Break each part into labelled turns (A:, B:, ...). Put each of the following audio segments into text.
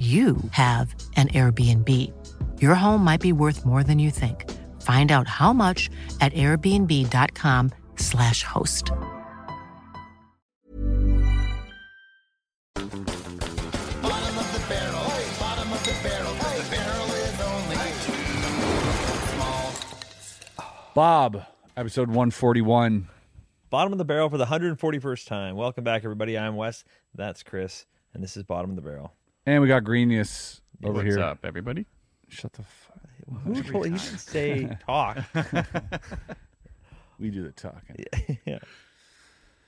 A: you have an Airbnb. Your home might be worth more than you think. Find out how much at airbnb.com/slash host.
B: Bottom of the barrel, bottom of the barrel, 'cause the barrel is only small.
C: Bob, episode 141.
D: Bottom of the Barrel for the 141st time. Welcome back, everybody. I'm Wes. That's Chris. And this is Bottom of the Barrel.
C: And we got Greenius over
E: What's
C: here.
E: up, everybody?
C: Shut the fuck
D: Who told you should say talk?
C: We do the talking. Yeah.
D: yeah.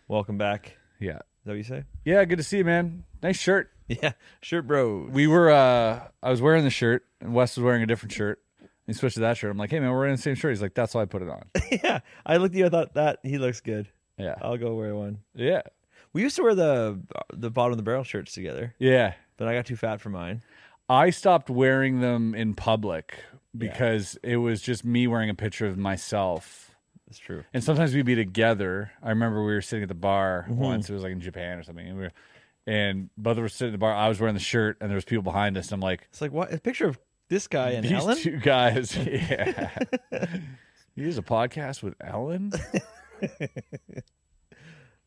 D: Welcome back. Is
C: yeah.
D: that what you say?
C: good to see you, man. Nice shirt.
D: Yeah. Sure, bro.
C: We were uh I was wearing the shirt and Wes was wearing a different shirt. He switched to that shirt. I'm like, hey man, we're wearing the same shirt. He's like, that's why I put it on.
D: yeah. I looked at you. I thought that he looks good.
C: Yeah.
D: I'll go wear one.
C: Yeah.
D: We used to wear the the bottom of the barrel shirts together,
C: Yeah.
D: but I got too fat for mine.
C: I stopped wearing them in public because it was just me wearing a picture of myself.
D: It's true.
C: And sometimes we'd be together. I remember we were sitting at the bar
D: Mm-hmm.
C: once. It was like in Japan or something. And we were, and both of us sitting at the bar. I was wearing the shirt, and there was people behind us. And I'm like,
D: It's like what a picture of this guy and
C: these
D: Ellen.
C: two guys, yeah. you use a podcast with Ellen?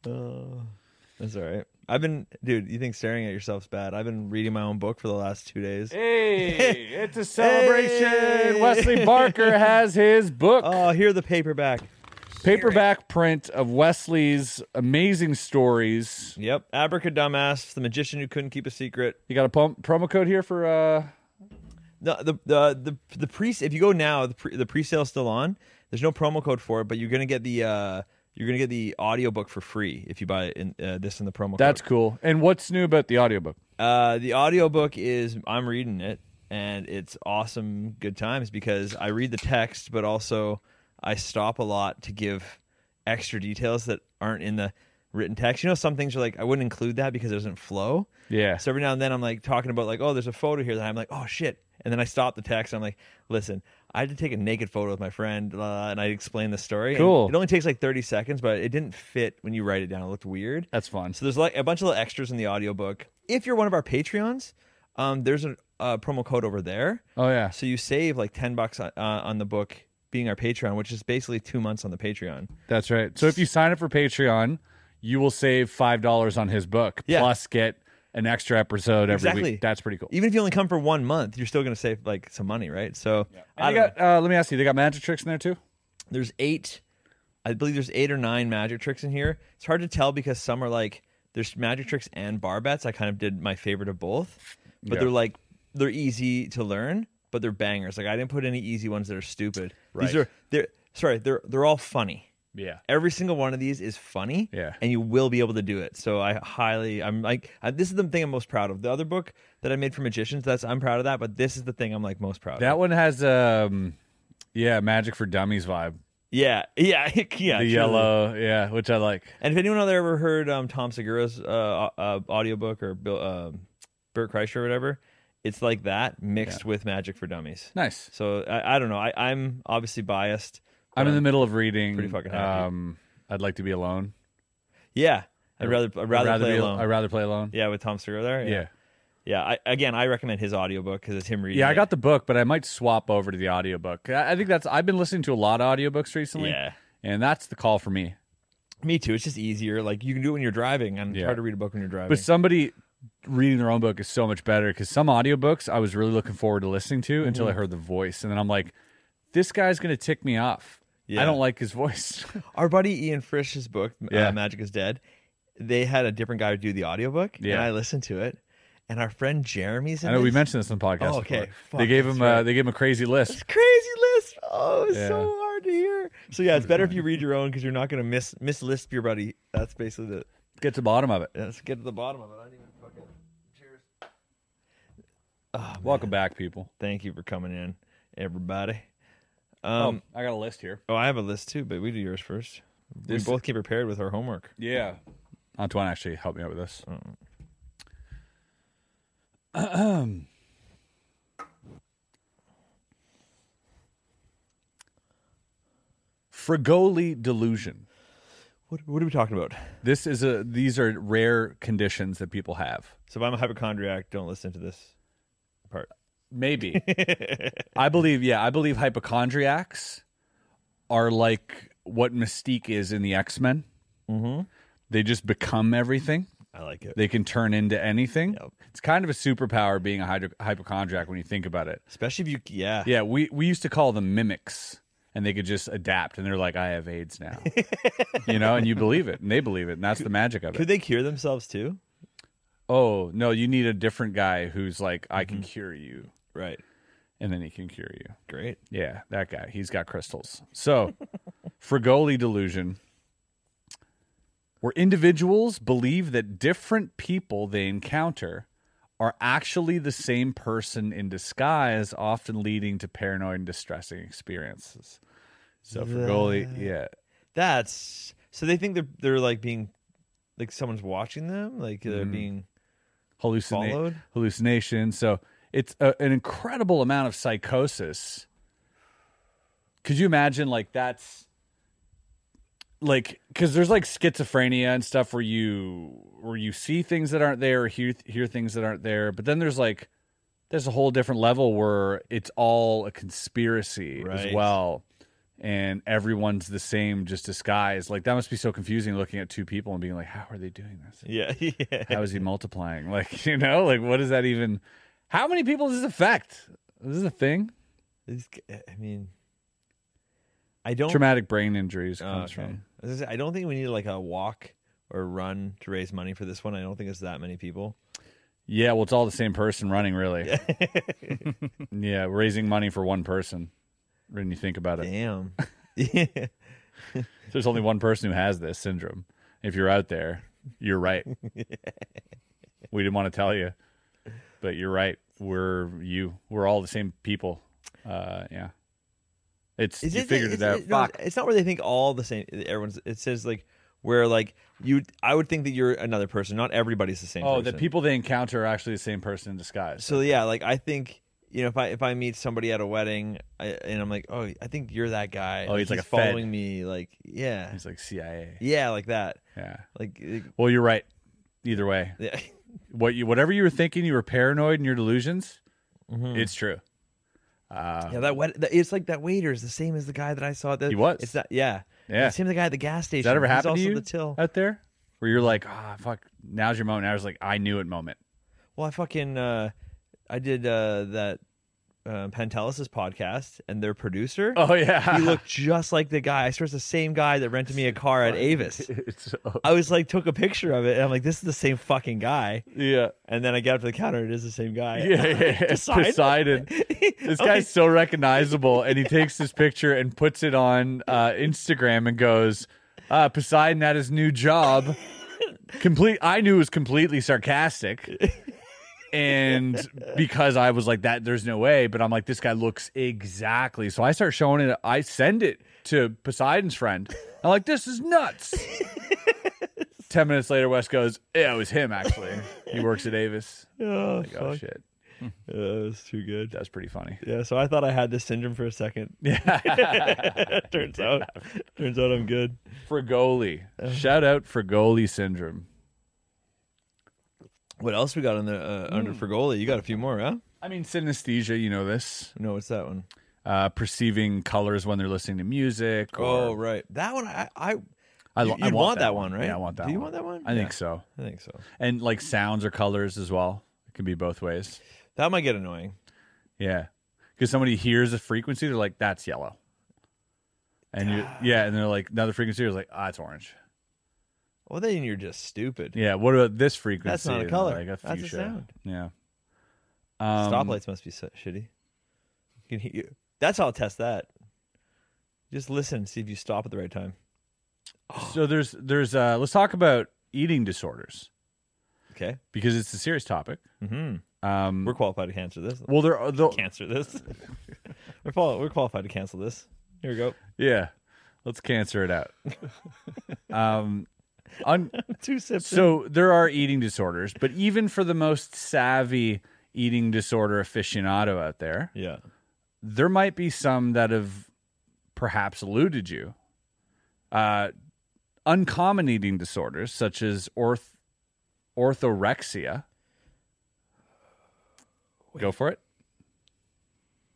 D: Oh, that's all right. I've been, dude. You think staring at yourself's bad? I've been reading my own book for the last two days.
C: Hey, it's a celebration.
D: Hey.
C: Wesley Barker has his book,
D: Oh, hear the paperback.
C: paperback print of Wesley's amazing stories.
D: Yep, Abracadumbass, the magician who couldn't keep a secret.
C: You got a pom- promo code here for uh
D: No, the the the the pre. If you go now, the pre, the pre-sale's still on. There's no promo code for it, but you're gonna get the uh you're gonna get the audiobook for free if you buy it in, uh, this in the promo.
C: that's
D: code.
C: cool. And what's new about the audiobook?
D: Uh, the audiobook is I'm reading it and it's awesome good times because I read the text but also I stop a lot to give extra details that aren't in the written text. You know some things are like I wouldn't include that because it doesn't flow.
C: Yeah.
D: So every now and then I'm like talking about like oh there's a photo here that I'm like oh shit and then I stop the text and I'm like listen I had to take a naked photo with my friend blah, blah, blah, and I explain the story. And
C: Cool.
D: it only takes like 30 seconds but it didn't fit when you write it down. It looked weird.
C: That's fun.
D: So there's like a bunch of little extras in the audiobook. If you're one of our Patreons, um, there's a uh, promo code over there.
C: Oh yeah.
D: So you save like 10 bucks on, uh, on the book being our Patreon, which is basically two months on the Patreon.
C: That's right. So if you sign up for Patreon, you will save five dollars on his book,
D: Yeah.
C: plus get an extra episode every
D: Exactly.
C: week. That's pretty cool.
D: Even if you only come for one month, you're still going to save like some money, right? So I
C: And they
D: don't know.
C: got, uh, let me ask you, they got magic tricks in there too?
D: there's eight, I believe there's eight or nine magic tricks in here. It's hard to tell because some are like there's magic tricks and bar bets. I kind of did my favorite of both, but
C: Yeah.
D: they're like they're easy to learn, but they're bangers. Like I didn't put any easy ones that are stupid. These
C: Right.
D: are they're sorry they're they're all funny.
C: Yeah.
D: Every single one of these is funny,
C: Yeah.
D: and you will be able to do it. So I highly, I'm like, I, this is the thing I'm most proud of. The other book that I made for magicians, that's I'm proud of that, but this is the thing I'm like most proud of.
C: That one has um yeah, magic for dummies vibe.
D: yeah, yeah, yeah.
C: the
D: truly.
C: yellow, yeah, which I like.
D: And if anyone out there ever heard um, Tom Segura's uh, uh, audiobook or Bill, uh, Bert um, Kreischer or whatever, It's like that mixed with Magic for Dummies.
C: Nice.
D: So I, I don't know. I, I'm obviously biased. but
C: I'm in the middle of reading.
D: pretty fucking happy.
C: Um, I'd like to be alone.
D: Yeah, I'd rather I'd rather, play
C: be,
D: alone.
C: I'd rather play alone.
D: yeah, with Tom Segura there.
C: Yeah. yeah.
D: yeah. I, again, I recommend his audiobook because it's him reading.
C: I
D: it.
C: got the book, but I might swap over to the audiobook. I I think that's I've been listening to a lot of audiobooks recently.
D: Yeah.
C: And that's the call for me.
D: Me too. It's just easier. Like you can do it when you're driving, and it's
C: Yeah.
D: hard to read a book when you're driving.
C: But somebody reading their own book is so much better because some audiobooks I was really looking forward to listening to until I
D: Mm-hmm.
C: heard the voice. And then I'm like, this guy's going to tick me off.
D: Yeah.
C: I don't like his voice.
D: Our buddy Ian Frisch's book,
C: Yeah.
D: uh, Magic is Dead, they had a different guy do the audiobook,
C: Yeah.
D: and I listened to it. And our friend Jeremy's in
C: I know we
D: this.
C: mentioned this on the podcast.
D: Oh, okay.
C: before.
D: Fuck,
C: they gave
D: that's
C: him
D: right.
C: uh, they gave him a crazy list.
D: It's crazy list. Oh, it's
C: Yeah.
D: so hard to hear. So yeah, it's better if you read your own because you're not going to miss mislisp your buddy. That's basically the.
C: Get to the bottom of it.
D: Let's get to the bottom of it. I didn't even fucking. Cheers.
C: Welcome back, people.
D: Thank you for coming in, everybody. Um,
C: I got a list here.
D: oh. I have a list too, but we do yours first.
C: This-
D: we both came prepared with our homework.
C: Yeah. Antoine actually helped me out with this. Frigoli delusion.
D: What, what are we talking about?
C: This is a these are rare conditions that people have.
D: So if I'm a hypochondriac, don't listen to this part.
C: Maybe. I believe, yeah, I believe hypochondriacs are like what Mystique is in the X Men. Mm-hmm.
D: Mhm.
C: They just become everything.
D: I like it.
C: They can turn into anything.
D: Yep.
C: It's kind of a superpower being a hydro- hypochondriac when you think about it.
D: Especially if you, yeah.
C: Yeah, we, we used to call them mimics and they could just adapt and they're like, I have AIDS now. you know, and you believe it and they believe it. And that's the magic of it.
D: Could they cure themselves too?
C: oh, no, you need a different guy who's like, I
D: Mm-hmm.
C: can cure you.
D: Right.
C: And then he can cure you.
D: Great.
C: Yeah, that guy. He's got crystals. So, Frigoli delusion, where individuals believe that different people they encounter are actually the same person in disguise, often leading to paranoid and distressing experiences. So, Frigoli, yeah.
D: That's so they think they're they're like being like someone's watching them, like
C: Mm-hmm.
D: they're being Followed?
C: hallucination, hallucination. So it's a, an incredible amount of psychosis. Could you imagine like that's like because there's like schizophrenia and stuff where you where you see things that aren't there or hear hear things that aren't there, but then there's like there's a whole different level where it's all a conspiracy
D: Right.
C: as well. And everyone's the same, just disguised. Like that must be so confusing looking at two people and being like, "How are they doing this?"
D: yeah, yeah.
C: how is he multiplying? Like, you know, like what does that even how many people does this affect? This is a thing.
D: It's- I mean, I don't.
C: Traumatic brain injuries
D: Oh,
C: comes
D: okay.
C: from.
D: I, was gonna say, I don't think we need like a walk or run to raise money for this one. I don't think it's that many people.
C: Yeah, well it's all the same person running really. yeah, raising money for one person. When you think about it.
D: Damn. yeah.
C: There's only one person who has this syndrome. If you're out there, you're right. we didn't want to tell you, but you're right. We're you. We're all the same people. Uh, yeah. It's you figured
D: it's,
C: it out.
D: it's- no,
C: Fuck.
D: it's not where they think all the same. Everyone's. It says like where like you. I would think that you're another person. Not everybody's the same.
C: Oh,
D: person.
C: the people they encounter are actually the same person in disguise.
D: So yeah, like I think you know if I if I meet somebody at a wedding I, and I'm like, oh, I think you're that guy.
C: Oh, he's like a Fed.
D: following me. Like yeah,
C: He's like CIA.
D: yeah, like that.
C: Yeah.
D: Like it-
C: Well, you're right. Either way,
D: yeah.
C: what you whatever you were thinking, you were paranoid in your delusions. It's true.
D: Mm.
C: Uh,
D: yeah, that wed- that- it's like that waiter is the same as the guy that I saw. At the,
C: He was.
D: It's that yeah.
C: Yeah.
D: It's him, the guy at the gas station.
C: Has that ever
D: He's
C: happened to
D: also
C: you
D: The till.
C: out there, where you're like, ah, fuck, now's your moment. I was like, I knew it moment.
D: Well, I fucking uh, I did uh, that uh, Pantelis' podcast, and their producer.
C: Oh yeah,
D: He looked just like the guy. I swear it's the same guy that rented me a car at Avis.
C: It's uh, so-
D: I was like, took a picture of it, and I'm like, this is the same fucking guy.
C: yeah,
D: And then I get up to the counter, and it is the same guy.
C: yeah, yeah.
D: Poseidon.
C: Poseidon. This
D: I'm
C: guy's so recognizable, and he takes this picture and puts it on uh, Instagram and goes, uh, "Poseidon at his new job." Complete. I knew it was completely sarcastic, and because I was like that, there's no way. But I'm like, this guy looks exactly. So I start showing it. I send it to Poseidon's friend. I'm like, this is nuts. Ten minutes later, Wes goes, "Yeah, it was him actually. He works at Avis."
D: like, oh,
C: Like, oh
D: fuck.
C: shit.
D: Uh, it's too good.
C: That was pretty funny.
D: Yeah, so I thought I had this syndrome for a second. turns out, turns out I'm good.
C: Frigoli.
D: Uh-huh.
C: Shout out Frigoli syndrome.
D: What else we got on the uh,
C: Hmm.
D: under Frigoli? You got a few more, huh?
C: I mean, synesthesia, you know this.
D: No, what's that one?
C: Uh, perceiving colors when they're listening to music. Or,
D: Oh, right, that one. I, I,
C: I,
D: you-
C: lo-
D: you'd
C: I want,
D: that one, right?
C: Yeah, I want that
D: Do you
C: one.
D: want that one?
C: I think
D: Yeah.
C: so.
D: I think so.
C: And like sounds or colors as well. It can be both ways.
D: That might get annoying.
C: Yeah. Because somebody hears a frequency, they're like, that's yellow. And you yeah, and they're like, another frequency is like, ah, it's orange.
D: Well, then you're just stupid.
C: Yeah. What about this frequency?
D: That's not a
C: And they're
D: color.
C: Like a
D: That's a
C: fuchsia.
D: sound.
C: Yeah. Um,
D: Stoplights must be so shitty. You can hear you. That's how I'll test that. Just listen, see if you stop at the right time.
C: So there's there's uh let's talk about eating disorders
D: Okay.
C: because it's a serious topic.
D: hmm
C: Um
D: We're qualified to answer this.
C: well uh, there are the,
D: Cancel this. we're, qual- we're qualified to cancel this. Here we go.
C: yeah. Let's cancer it out. um un,
D: Two sips.
C: so there are eating disorders, but even for the most savvy eating disorder aficionado out there,
D: yeah.
C: there might be some that have perhaps eluded you. Uh, uncommon eating disorders such as orth- orthorexia. Go for it.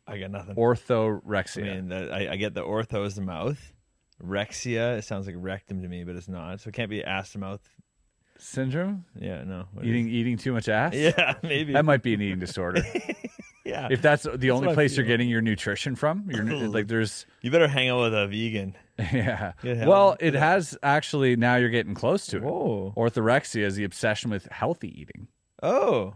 D: I got nothing. I
C: Orthorexia.
D: mean, that, I, I get the ortho is the mouth. Rexia, it sounds like rectum to me, but it's not. So it can't be ass to mouth.
C: Syndrome?
D: Yeah, no. What is-
C: Eating eating too much ass?
D: Yeah, maybe.
C: That might be an eating disorder.
D: yeah.
C: if that's the only
D: what I
C: place you're
D: feel.
C: getting your nutrition from, you're nu- like there's
D: you better hang out with a vegan.
C: yeah.
D: Yeah,
C: well,
D: I'll
C: it has actually now you're getting close to it.
D: Whoa.
C: Orthorexia is the obsession with healthy eating.
D: Oh.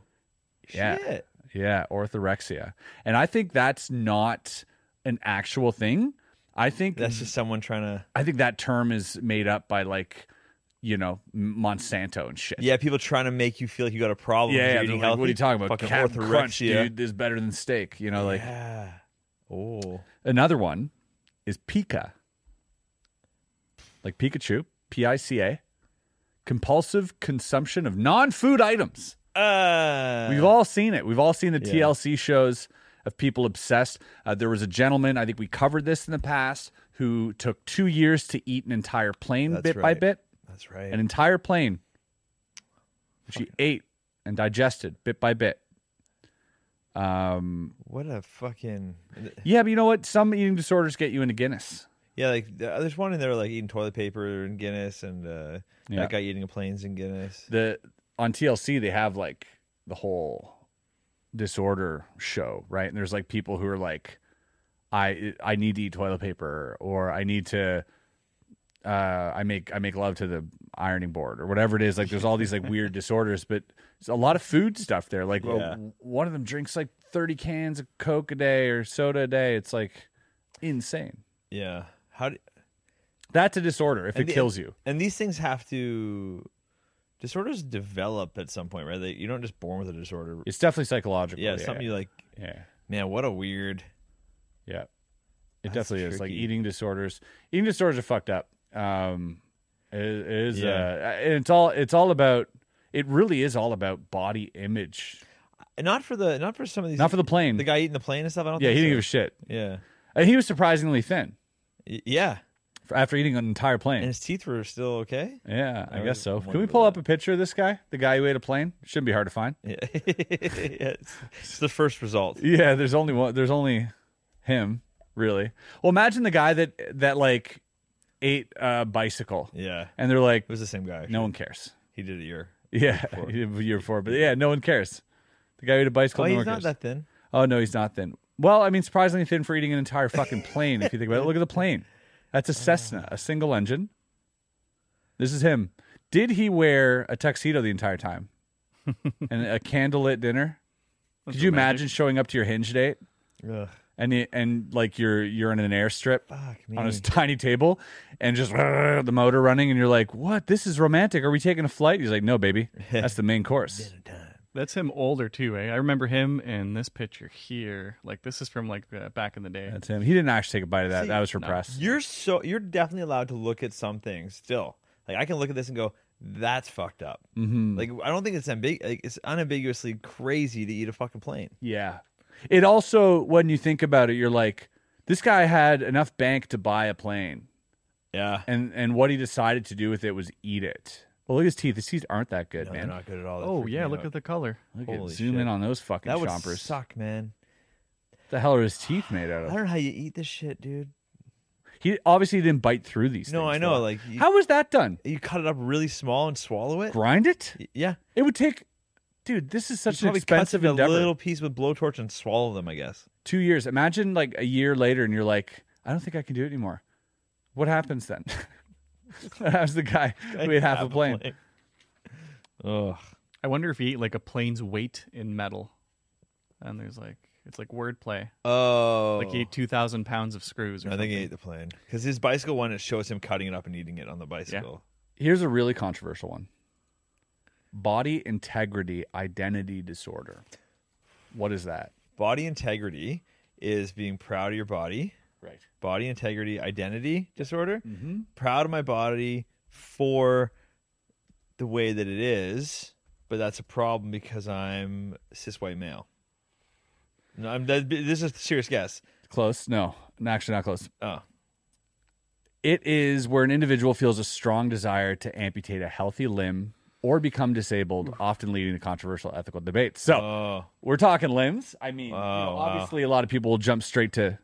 C: Yeah.
D: Shit.
C: Yeah, orthorexia. And I think that's not an actual thing. I think
D: That's just someone trying to.
C: I think that term is made up by like, you know, Monsanto and shit.
D: Yeah, people trying to make you feel like you got a problem.
C: Yeah,
D: if
C: yeah,
D: you're
C: they're
D: eating
C: like, what are you
D: healthy.
C: talking about?
D: Fucking
C: Cap'n
D: orthorexia.
C: Crunch, dude, is better than steak. You know, like
D: Yeah. Oh.
C: another one is Pika, like Pikachu, P I C A, compulsive consumption of non-food items.
D: Uh,
C: We've all seen it. We've all seen the
D: Yeah.
C: TLC shows of people obsessed. Uh, there was a gentleman, I think we covered this in the past, who took two years to eat an entire plane
D: That's
C: bit by
D: right.
C: bit,
D: That's right.
C: an entire plane, which he ate and digested bit by bit. Um,
D: what a fucking.
C: yeah, but you know what? Some eating disorders get you into Guinness.
D: Yeah, like th- uh, there's one in there like eating toilet paper and Guinness, and uh,
C: Yeah.
D: that guy eating a planes and Guinness.
C: The on TLC they have like the whole disorder show, right? And there's like people who are like, I I need to eat toilet paper, or I need to, uh, I make I make love to the ironing board, or whatever it is. Like there's all these like weird disorders, but it's a lot of food stuff there. Like well,
D: Yeah.
C: one of them drinks like 30 cans of Coke a day or soda a day. It's like insane.
D: Yeah. How do,
C: That's a disorder if it
D: and the-
C: kills you.
D: And these things have to disorders develop at some point, right? They, you don't just born with a disorder.
C: It's definitely psychological.
D: Yeah, it's something you like.
C: yeah.
D: Man, what a weird.
C: Yeah. It
D: That's
C: definitely is like
D: tricky.
C: eating disorders. Eating disorders are fucked up. Um, it, it is,
D: Yeah.
C: uh, and it's all it's all about. It really is all about body image.
D: Not for the not for some of these.
C: Not for the plane.
D: the guy eating the plane and stuff. I don't.
C: yeah,
D: think
C: he didn't
D: so.
C: give a shit.
D: Yeah.
C: And he was surprisingly thin
D: Y- Yeah.
C: for, after eating an entire
D: And
C: plane.
D: his teeth were still okay.
C: Yeah, I,
D: I
C: guess
D: was
C: so. Can we
D: wondering
C: pull up
D: about
C: a picture of this guy? The guy who ate a plane shouldn't be hard to find.
D: Yeah. Yeah, it's, it's the first result.
C: Yeah, there's only one. There's only him, really. Well, imagine the guy that that like ate a bicycle,
D: Yeah. It
C: and they're like,
D: was the same guy.
C: no
D: actually.
C: one cares.
D: he did it a year.
C: Yeah,
D: before.
C: he did the year before. But yeah, no one cares. The guy who had a bicycle,
D: Oh,
C: no
D: he's
C: one
D: not
C: cares.
D: that thin.
C: Oh no, he's not thin. Well, I mean, surprisingly thin for eating an entire fucking plane. if you think about it, look at the plane. That's a Cessna, a single engine. This is him. Did he wear a tuxedo the entire time and a candlelit dinner? Could you imagine showing up to your hinge date
D: Ugh,
C: and you- and like you're you're in an airstrip
D: fuck me.
C: on his tiny table and just the motor running and you're like, what? This is romantic. Are we taking a flight? He's like, no, baby, that's the main course.
E: That's him older too, eh? I remember him in this picture here. Like this is from like uh, back in the day.
C: That's him. He didn't actually take a bite of that.
D: See,
C: that was repressed.
D: You're so you're definitely allowed to look at some things still. Like I can look at this and go, That's fucked up.
C: Mm-hmm.
D: Like I don't think it's ambiguous. Like, it's unambiguously crazy to eat a fucking plane.
C: Yeah. It also, when you think about it, you're like, this guy had enough bank to buy a plane,
D: Yeah.
C: and and what he decided to do with it was eat it. Well, look at his teeth. His teeth aren't that good,
D: No, they're
C: man.
D: not good at all. That
E: Oh
D: freaked
E: yeah,
D: me
E: look
D: out.
E: at the color.
C: Look at
D: Holy
C: zoom
D: shit.
C: in on those fucking
D: that would
C: chompers.
D: suck, man.
C: What the hell are his teeth made out
D: I
C: of?
D: don't know how you eat this shit, dude.
C: He obviously didn't bite through these.
D: No,
C: things,
D: I know,
C: though.
D: like, you-
C: how was that done?
D: You cut it up really small and swallow it.
C: Grind it?
D: Y- yeah,
C: It would take, dude. This is such
D: You
C: an
D: probably cut
C: expensive
D: it
C: endeavor.
D: A little piece with blowtorch and swallow them. I guess.
C: Two years. Imagine like a year later, and you're like, I don't think I can do it anymore. What happens then? that was the guy who ate half a plane.
D: Ugh.
E: I wonder if you eat like a plane's weight in metal. And there's like it's like wordplay.
D: Oh.
E: Like he ate two thousand pounds of screws. Or
D: I
E: something.
D: think he ate the plane because his bicycle one it shows him cutting it up and eating it on the bicycle.
C: Here's a really controversial one body integrity identity disorder. What is that?
D: Body integrity is being proud of your body.
C: Right.
D: Body integrity identity disorder. Mm-hmm. Proud of my body for the way that it is, but that's a problem because I'm cis white male. No, I'm, that, this is a serious guess.
C: Close? No, actually, not close.
D: Oh,
C: It is where an individual feels a strong desire to amputate a healthy limb or become disabled, often leading to controversial ethical debates. So
D: oh,
C: we're talking limbs. I mean, you know,
D: Oh, wow.
C: obviously, a lot of people will jump straight to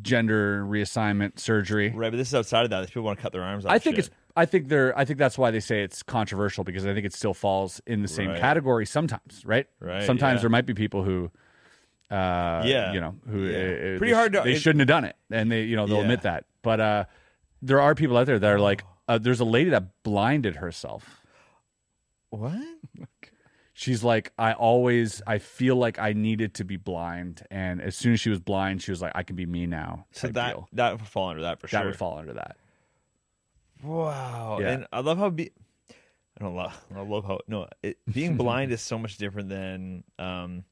C: gender reassignment surgery.
D: right. But this is outside of that. These people want to cut their arms. off
C: I think
D: shit.
C: it's. I think they're. I think that's why they say it's controversial because I think it still falls in the same
D: Right.
C: category sometimes. Right.
D: Right,
C: Sometimes
D: yeah.
C: there might be people who. Uh,
D: Yeah.
C: You know who.
D: Yeah.
C: uh, uh,
D: Pretty
C: they,
D: hard to-
C: They
D: it-
C: shouldn't have done it, and they you know they'll
D: Yeah. Oh.
C: admit that. But uh, there are people out there that are like, uh, there's a lady that blinded herself.
D: what?
C: She's like, I always, I feel like I needed to be blind, and as soon as she was blind, she was like, I can be me now.
D: So
C: type
D: that
C: deal.
D: that would fall under that for
C: that
D: sure.
C: would fall under that.
D: Wow.
C: Yeah.
D: And I love how be I don't love I love how no it, being blind is so much different than um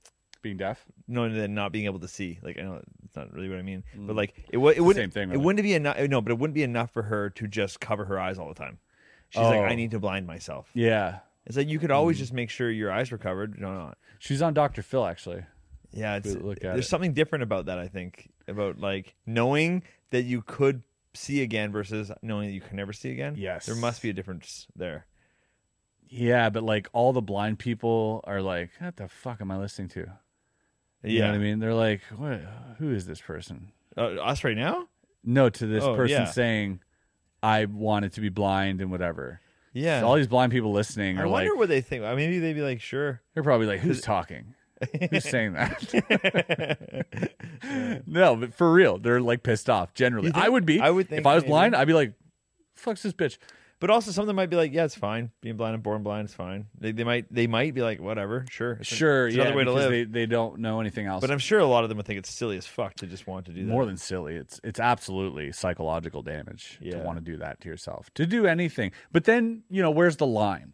C: Being deaf.
D: no than not being able to see. Like I know it's not really what I mean, but like it would it wouldn't
C: Mm. Same thing,
D: it
C: really.
D: wouldn't be enough no, but it wouldn't be enough for her to just cover her eyes all the time. She's like
C: Oh.
D: I need to blind myself.
C: Yeah. Mm-hmm.
D: It's like you could always just make sure your eyes were covered. No, no.
C: She's on Dr. Phil actually.
D: Yeah, it's,
C: Good look at
D: there's
C: it.
D: something different about that. I think about like knowing that you could see again versus knowing that you can never see again.
C: Yes.
D: there must be a difference there.
C: Yeah, but like all the blind people are like, what the fuck am I listening to? You know what I mean? They're like, what? Who is this person?
D: Uh, us right now?
C: No, to this
D: Oh,
C: person
D: yeah.
C: saying, I wanted to be blind and whatever.
D: Yeah.
C: So all these blind people listening
D: I
C: are
D: wonder
C: like,
D: what they think. I mean, maybe they'd be like, sure.
C: they're probably like, who's talking? who's saying that? no, but for real, they're like pissed off generally.
D: You think-
C: I would be.
D: I would
C: if
D: think
C: I was
D: maybe.
C: blind, I'd be like, fuck's this bitch.
D: But also, some of them might be like, yeah, it's fine. Being blind and born blind is fine. They, they might they might be like, whatever, sure. It's an-
C: sure,
D: it's
C: yeah,
D: another way to
C: because
D: live.
C: They, they don't know anything else.
D: but I'm sure a lot of them would think it's silly as fuck to just want to do that.
C: more than silly it's it's absolutely psychological damage to
D: Yeah.
C: want to do that to yourself to do anything but then you know where's the line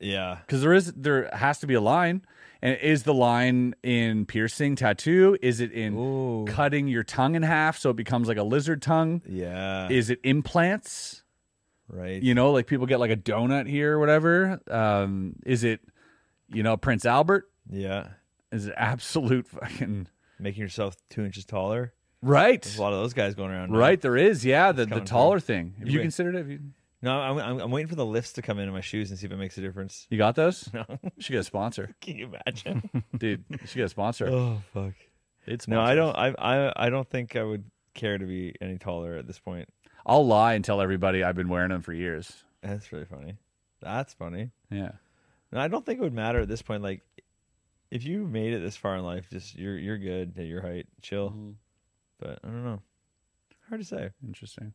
D: yeah.
C: because there is there has to be a line and is the line in piercing tattoo is it in
D: Ooh.
C: cutting your tongue in half so it becomes like a lizard tongue
D: Yeah.
C: is it implants
D: right.
C: you know like people get like a donut here or whatever um is it you know prince albert
D: yeah.
C: is it absolute fucking
D: Making yourself two inches taller.
C: right
D: There's a lot of those guys going around. now.
C: right there is yeah the, the
D: coming
C: taller thing have you
D: Wait.
C: considered it Have you-
D: No, I'm, I'm, I'm waiting for the lifts to come into my shoes and see if it makes a difference.
C: You got those? No. She got a sponsor,
D: Can you imagine?
C: dude. She got a sponsor.
D: oh fuck.
C: It's
D: No, I don't. I, I I don't think I would care to be any taller at this point.
C: I'll lie and tell everybody I've been wearing them for years.
D: That's really funny. That's funny.
C: Yeah.
D: And I don't think it would matter at this point. Like, if you made it this far in life, just you're you're good at your height. Chill. But I don't know. Hard to say.
C: Interesting.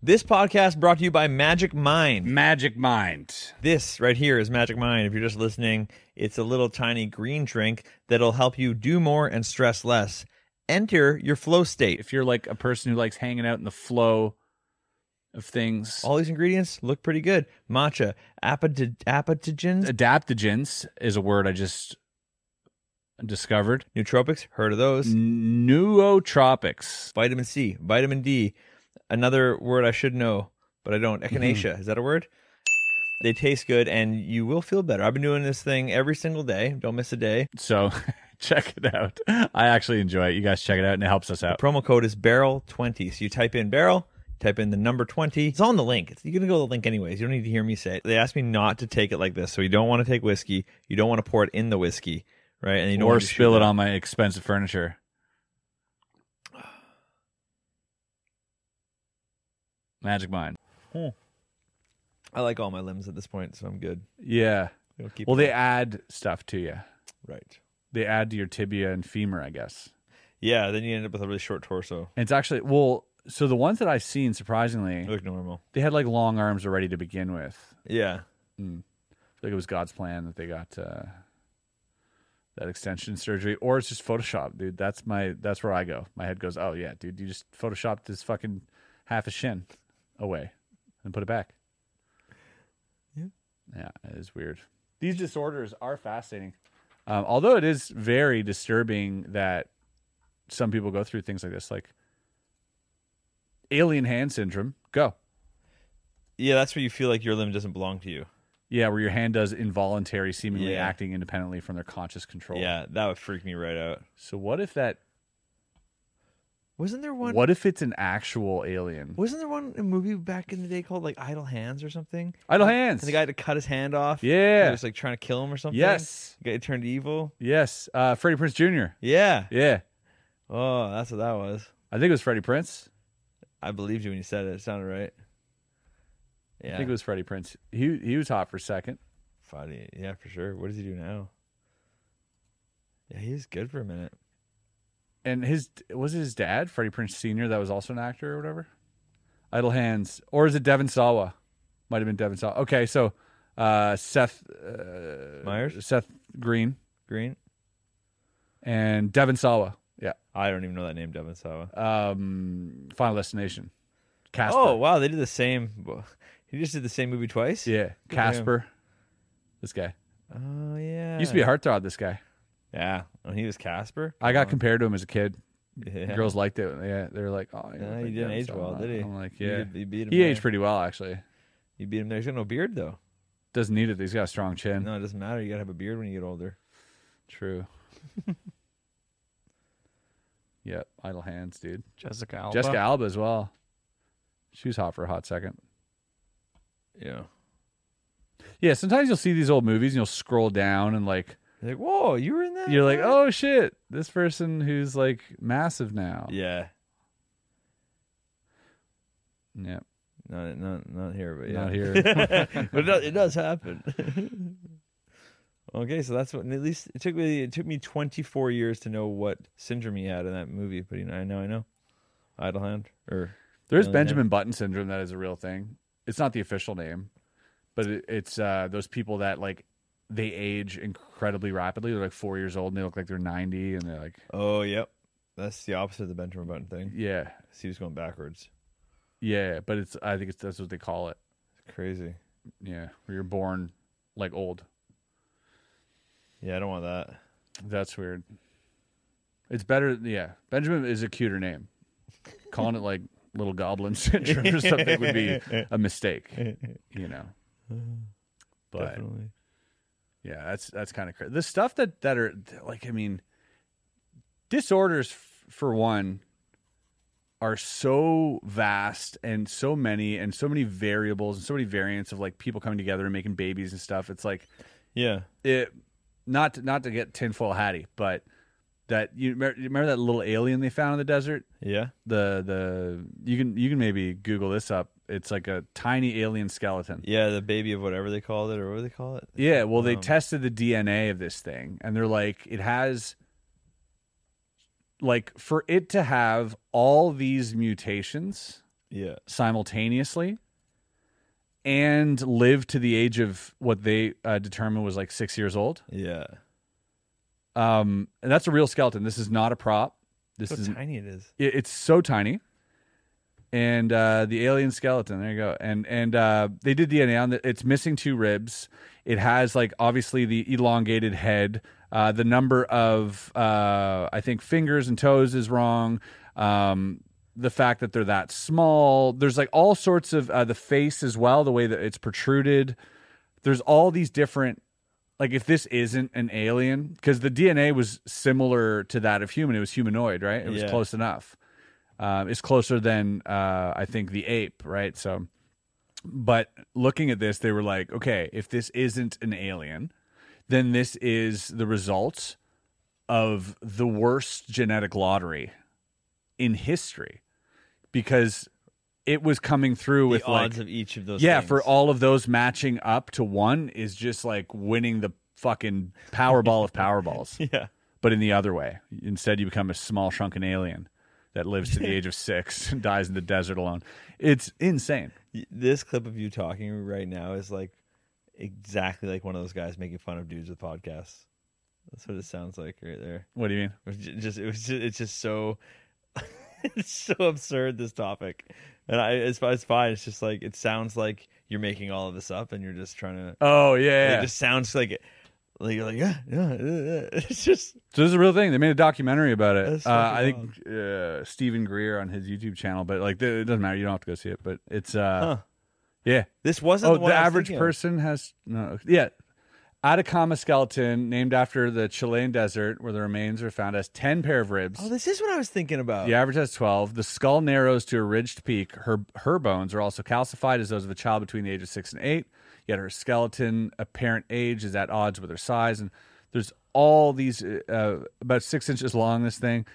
D: This podcast brought to you by Magic Mind.
C: Magic Mind.
D: This right here is Magic Mind. If you're just listening, it's a little tiny green drink that'll help you do more and stress less. Enter your flow state.
C: If you're like a person who likes hanging out in the flow of things,
D: All these ingredients look pretty good. Matcha, apati- apatogens,
C: adaptogens is a word I just discovered.
D: nootropics, heard of those.
C: Nootropics.
D: vitamin C,
C: Mm-hmm.
D: vitamin D. Another word I should know, but I don't. Echinacea. Is that a word? They taste good, and you will feel better. I've been doing this thing every single day. Don't miss a day.
C: So check it out. I actually enjoy it. You guys check it out, and it helps us out.
D: Promo code is barrel twenty. So you type in barrel, type in the number twenty. It's on the link. It's, you're gonna go to the link anyways. You don't need to hear me say it. They asked me not to take it like this, so you don't want to take whiskey. You don't want to pour it in the whiskey, right? And you don't
C: or
D: want to
C: spill
D: shoot
C: it on my expensive furniture. Magic mind.
D: I like all my limbs at this point, so I'm good.
C: Yeah.
D: It'll keep
C: Well, they add stuff to you.
D: right.
C: They add to your tibia and femur, I guess.
D: Yeah, then you end up with a really short torso.
C: And it's actually well. So the ones that I've seen,
D: You
C: surprisingly,
D: look normal.
C: they had like long arms already to begin with.
D: Yeah.
C: like it was God's plan that they got uh, that extension surgery, or it's just Photoshop, dude. That's my that's where I go. My head goes, oh yeah, dude, you just photoshopped this fucking half a shin away and put it back. Yeah, yeah, it is weird. These disorders are fascinating, um, although it is very disturbing that some people go through things like this, like alien hand syndrome. Go.
D: Yeah, that's where you feel like your limb doesn't belong to you.
C: Yeah, where your hand does involuntary, seemingly
D: Yeah.
C: acting independently from their conscious control.
D: Yeah, that would freak me right out.
C: So what if that?
D: Wasn't there one?
C: What, if it's an actual alien?
D: Wasn't there one a movie back in the day called like Idle Hands or something?
C: Idle
D: And
C: hands.
D: the guy had to cut his hand off. 'cause
C: Yeah.
D: it was like trying to kill him or something.
C: Yes.
D: the guy turned evil.
C: yes, uh, Freddie Prince Jr.
D: Yeah.
C: Yeah,
D: Oh, that's what that was.
C: I think it was Freddie Prince.
D: I believed you when you said it. It sounded right. Yeah.
C: I think it was Freddie Prince. He he was hot for a second.
D: Funny. Yeah, for sure. What does he do now? Yeah, he was good for a minute.
C: And his was it his dad, Freddie Prince Sr. That was also an actor or whatever. Idle hands, or is it Devin Sawa? Might have been Devin Sawa. Okay, so uh, Seth uh,
D: Myers?
C: Seth Green,
D: Green.
C: and Devin Sawa. Yeah,
D: I don't even know that name, Devin Sawa.
C: um, Final Destination. Casper.
D: Oh wow, they did the same. He just did the same movie twice.
C: Yeah,
D: for him.
C: Casper. This guy
D: Oh yeah.
C: used to be a heartthrob. This guy,
D: Yeah, when he was Casper.
C: I got compared to him as a kid.
D: Oh. Yeah.
C: Girls liked it. Yeah, they were like, "Oh, you
D: Yeah,
C: look like
D: he didn't
C: Devin
D: age
C: Sawa."
D: well, did he?
C: I'm like,
D: You
C: yeah,
D: did- you beat him
C: he aged
D: there.
C: pretty well actually.
D: You beat him there. He's got no beard though.
C: Doesn't need it. He's got a strong chin.
D: No, it doesn't matter. You gotta have a beard when you get older.
C: True. yep, idle hands, dude.
E: Jessica Alba.
C: Jessica Alba as well. She was hot for a hot second.
D: Yeah.
C: Yeah, sometimes you'll see these old movies and you'll scroll down and like
D: You're like, whoa, you were in that.
C: you're like,
D: What?
C: oh shit, this person who's like massive now.
D: Yeah.
C: Yep.
D: Not not not here, but yeah.
C: Not here.
D: but it does, it does happen. okay, so that's what. and At least it took me it took me 24 years to know what syndrome he had in that movie, but you know, I know I know. Idle hand or
C: There's
D: Really
C: Benjamin Button syndrome that is a real thing. It's not the official name, but it, it's uh, those people that like they age incredibly rapidly. They're like four years old and they look like they're ninety, and they're like,
D: oh yep, that's the opposite of the Benjamin Button thing.
C: yeah,
D: So he was going backwards.
C: yeah. But it's I think it's that's what they call it.
D: It's crazy.
C: Yeah, where you're born like old.
D: Yeah, I don't want that.
C: That's weird. It's better. Yeah, Benjamin is a cuter name. Calling it like little goblin syndrome or something would be a mistake. You know, but.
D: Definitely.
C: Yeah, that's that's kind of crazy. The stuff that that are like, I mean, disorders f- for one are so vast and so many and so many variables and so many variants of like people coming together and making babies and stuff. It's like
D: Yeah.
C: it not to, not to get tinfoil hatty, but that you remember, you remember that little alien they found in the desert.
D: Yeah.
C: The the you can you can maybe Google this up. It's like a tiny alien skeleton.
D: Yeah, the baby of whatever they called it, or what do they call it?
C: Yeah, well, they tested the DNA of this thing, and they're like, it has, like, for it to have all these mutations
D: Yeah.
C: simultaneously and live to the age of what they uh, determined was like six years old.
D: Yeah.
C: Um, and that's a real skeleton. This is not a prop. This
D: So
C: is
D: tiny it is.
C: it, it's so tiny. And uh, the alien skeleton, there you go. And and uh, they did DNA on it. It's missing two ribs. It has like obviously the elongated head. Uh, the number of uh, I think fingers and toes is wrong. Um, the fact that they're that small. There's like all sorts of uh, the face as well. The way that it's protruded. there's all these different like if this isn't an alien because the dna was similar to that of human it was humanoid right it was
D: Yeah.
C: close enough um, it's closer than uh, i think the ape right so but looking at this they were like okay if this isn't an alien then this is the result of the worst genetic lottery in history because it was coming through
D: The
C: with like
D: odds of each of those.
C: yeah for
D: things.
C: all of those matching up to one is just like winning the fucking powerball of powerballs
D: Yeah.
C: but in the other way instead you become a small shrunken alien that lives to the age of six and dies in the desert alone it's insane
D: Y- This clip of you talking right now is like exactly like one of those guys making fun of dudes with podcasts. That's what it sounds like right there.
C: what do you mean
D: It was ju- just it was just, it's just so it's so absurd this topic, and I it's, fi- it's fine. It's just like it sounds like you're making all of this up, and you're just trying to.
C: oh yeah
D: It just sounds like like you're like yeah yeah. yeah, yeah." It's just
C: So this is a real thing. They made a documentary about it.
D: That's
C: Uh,
D: fucking
C: I think uh, Stephen Greer on his YouTube channel, but like th- it doesn't matter. You don't have to go see it. But it's uh,
D: Huh.
C: yeah.
D: this wasn't
C: Oh,
D: the,
C: the,
D: one I was
C: average
D: thinking of.
C: person has no. Yeah, Atacama skeleton named after the Chilean desert where the remains were found has ten pair of ribs.
D: Oh, this is what I was thinking about.
C: The average has 12. The skull narrows to a ridged peak. Her, her bones are also calcified as those of a child between the age of six and eight. Yet her skeleton apparent age is at odds with her size. And there's all these, uh, uh, about six inches long, this thing,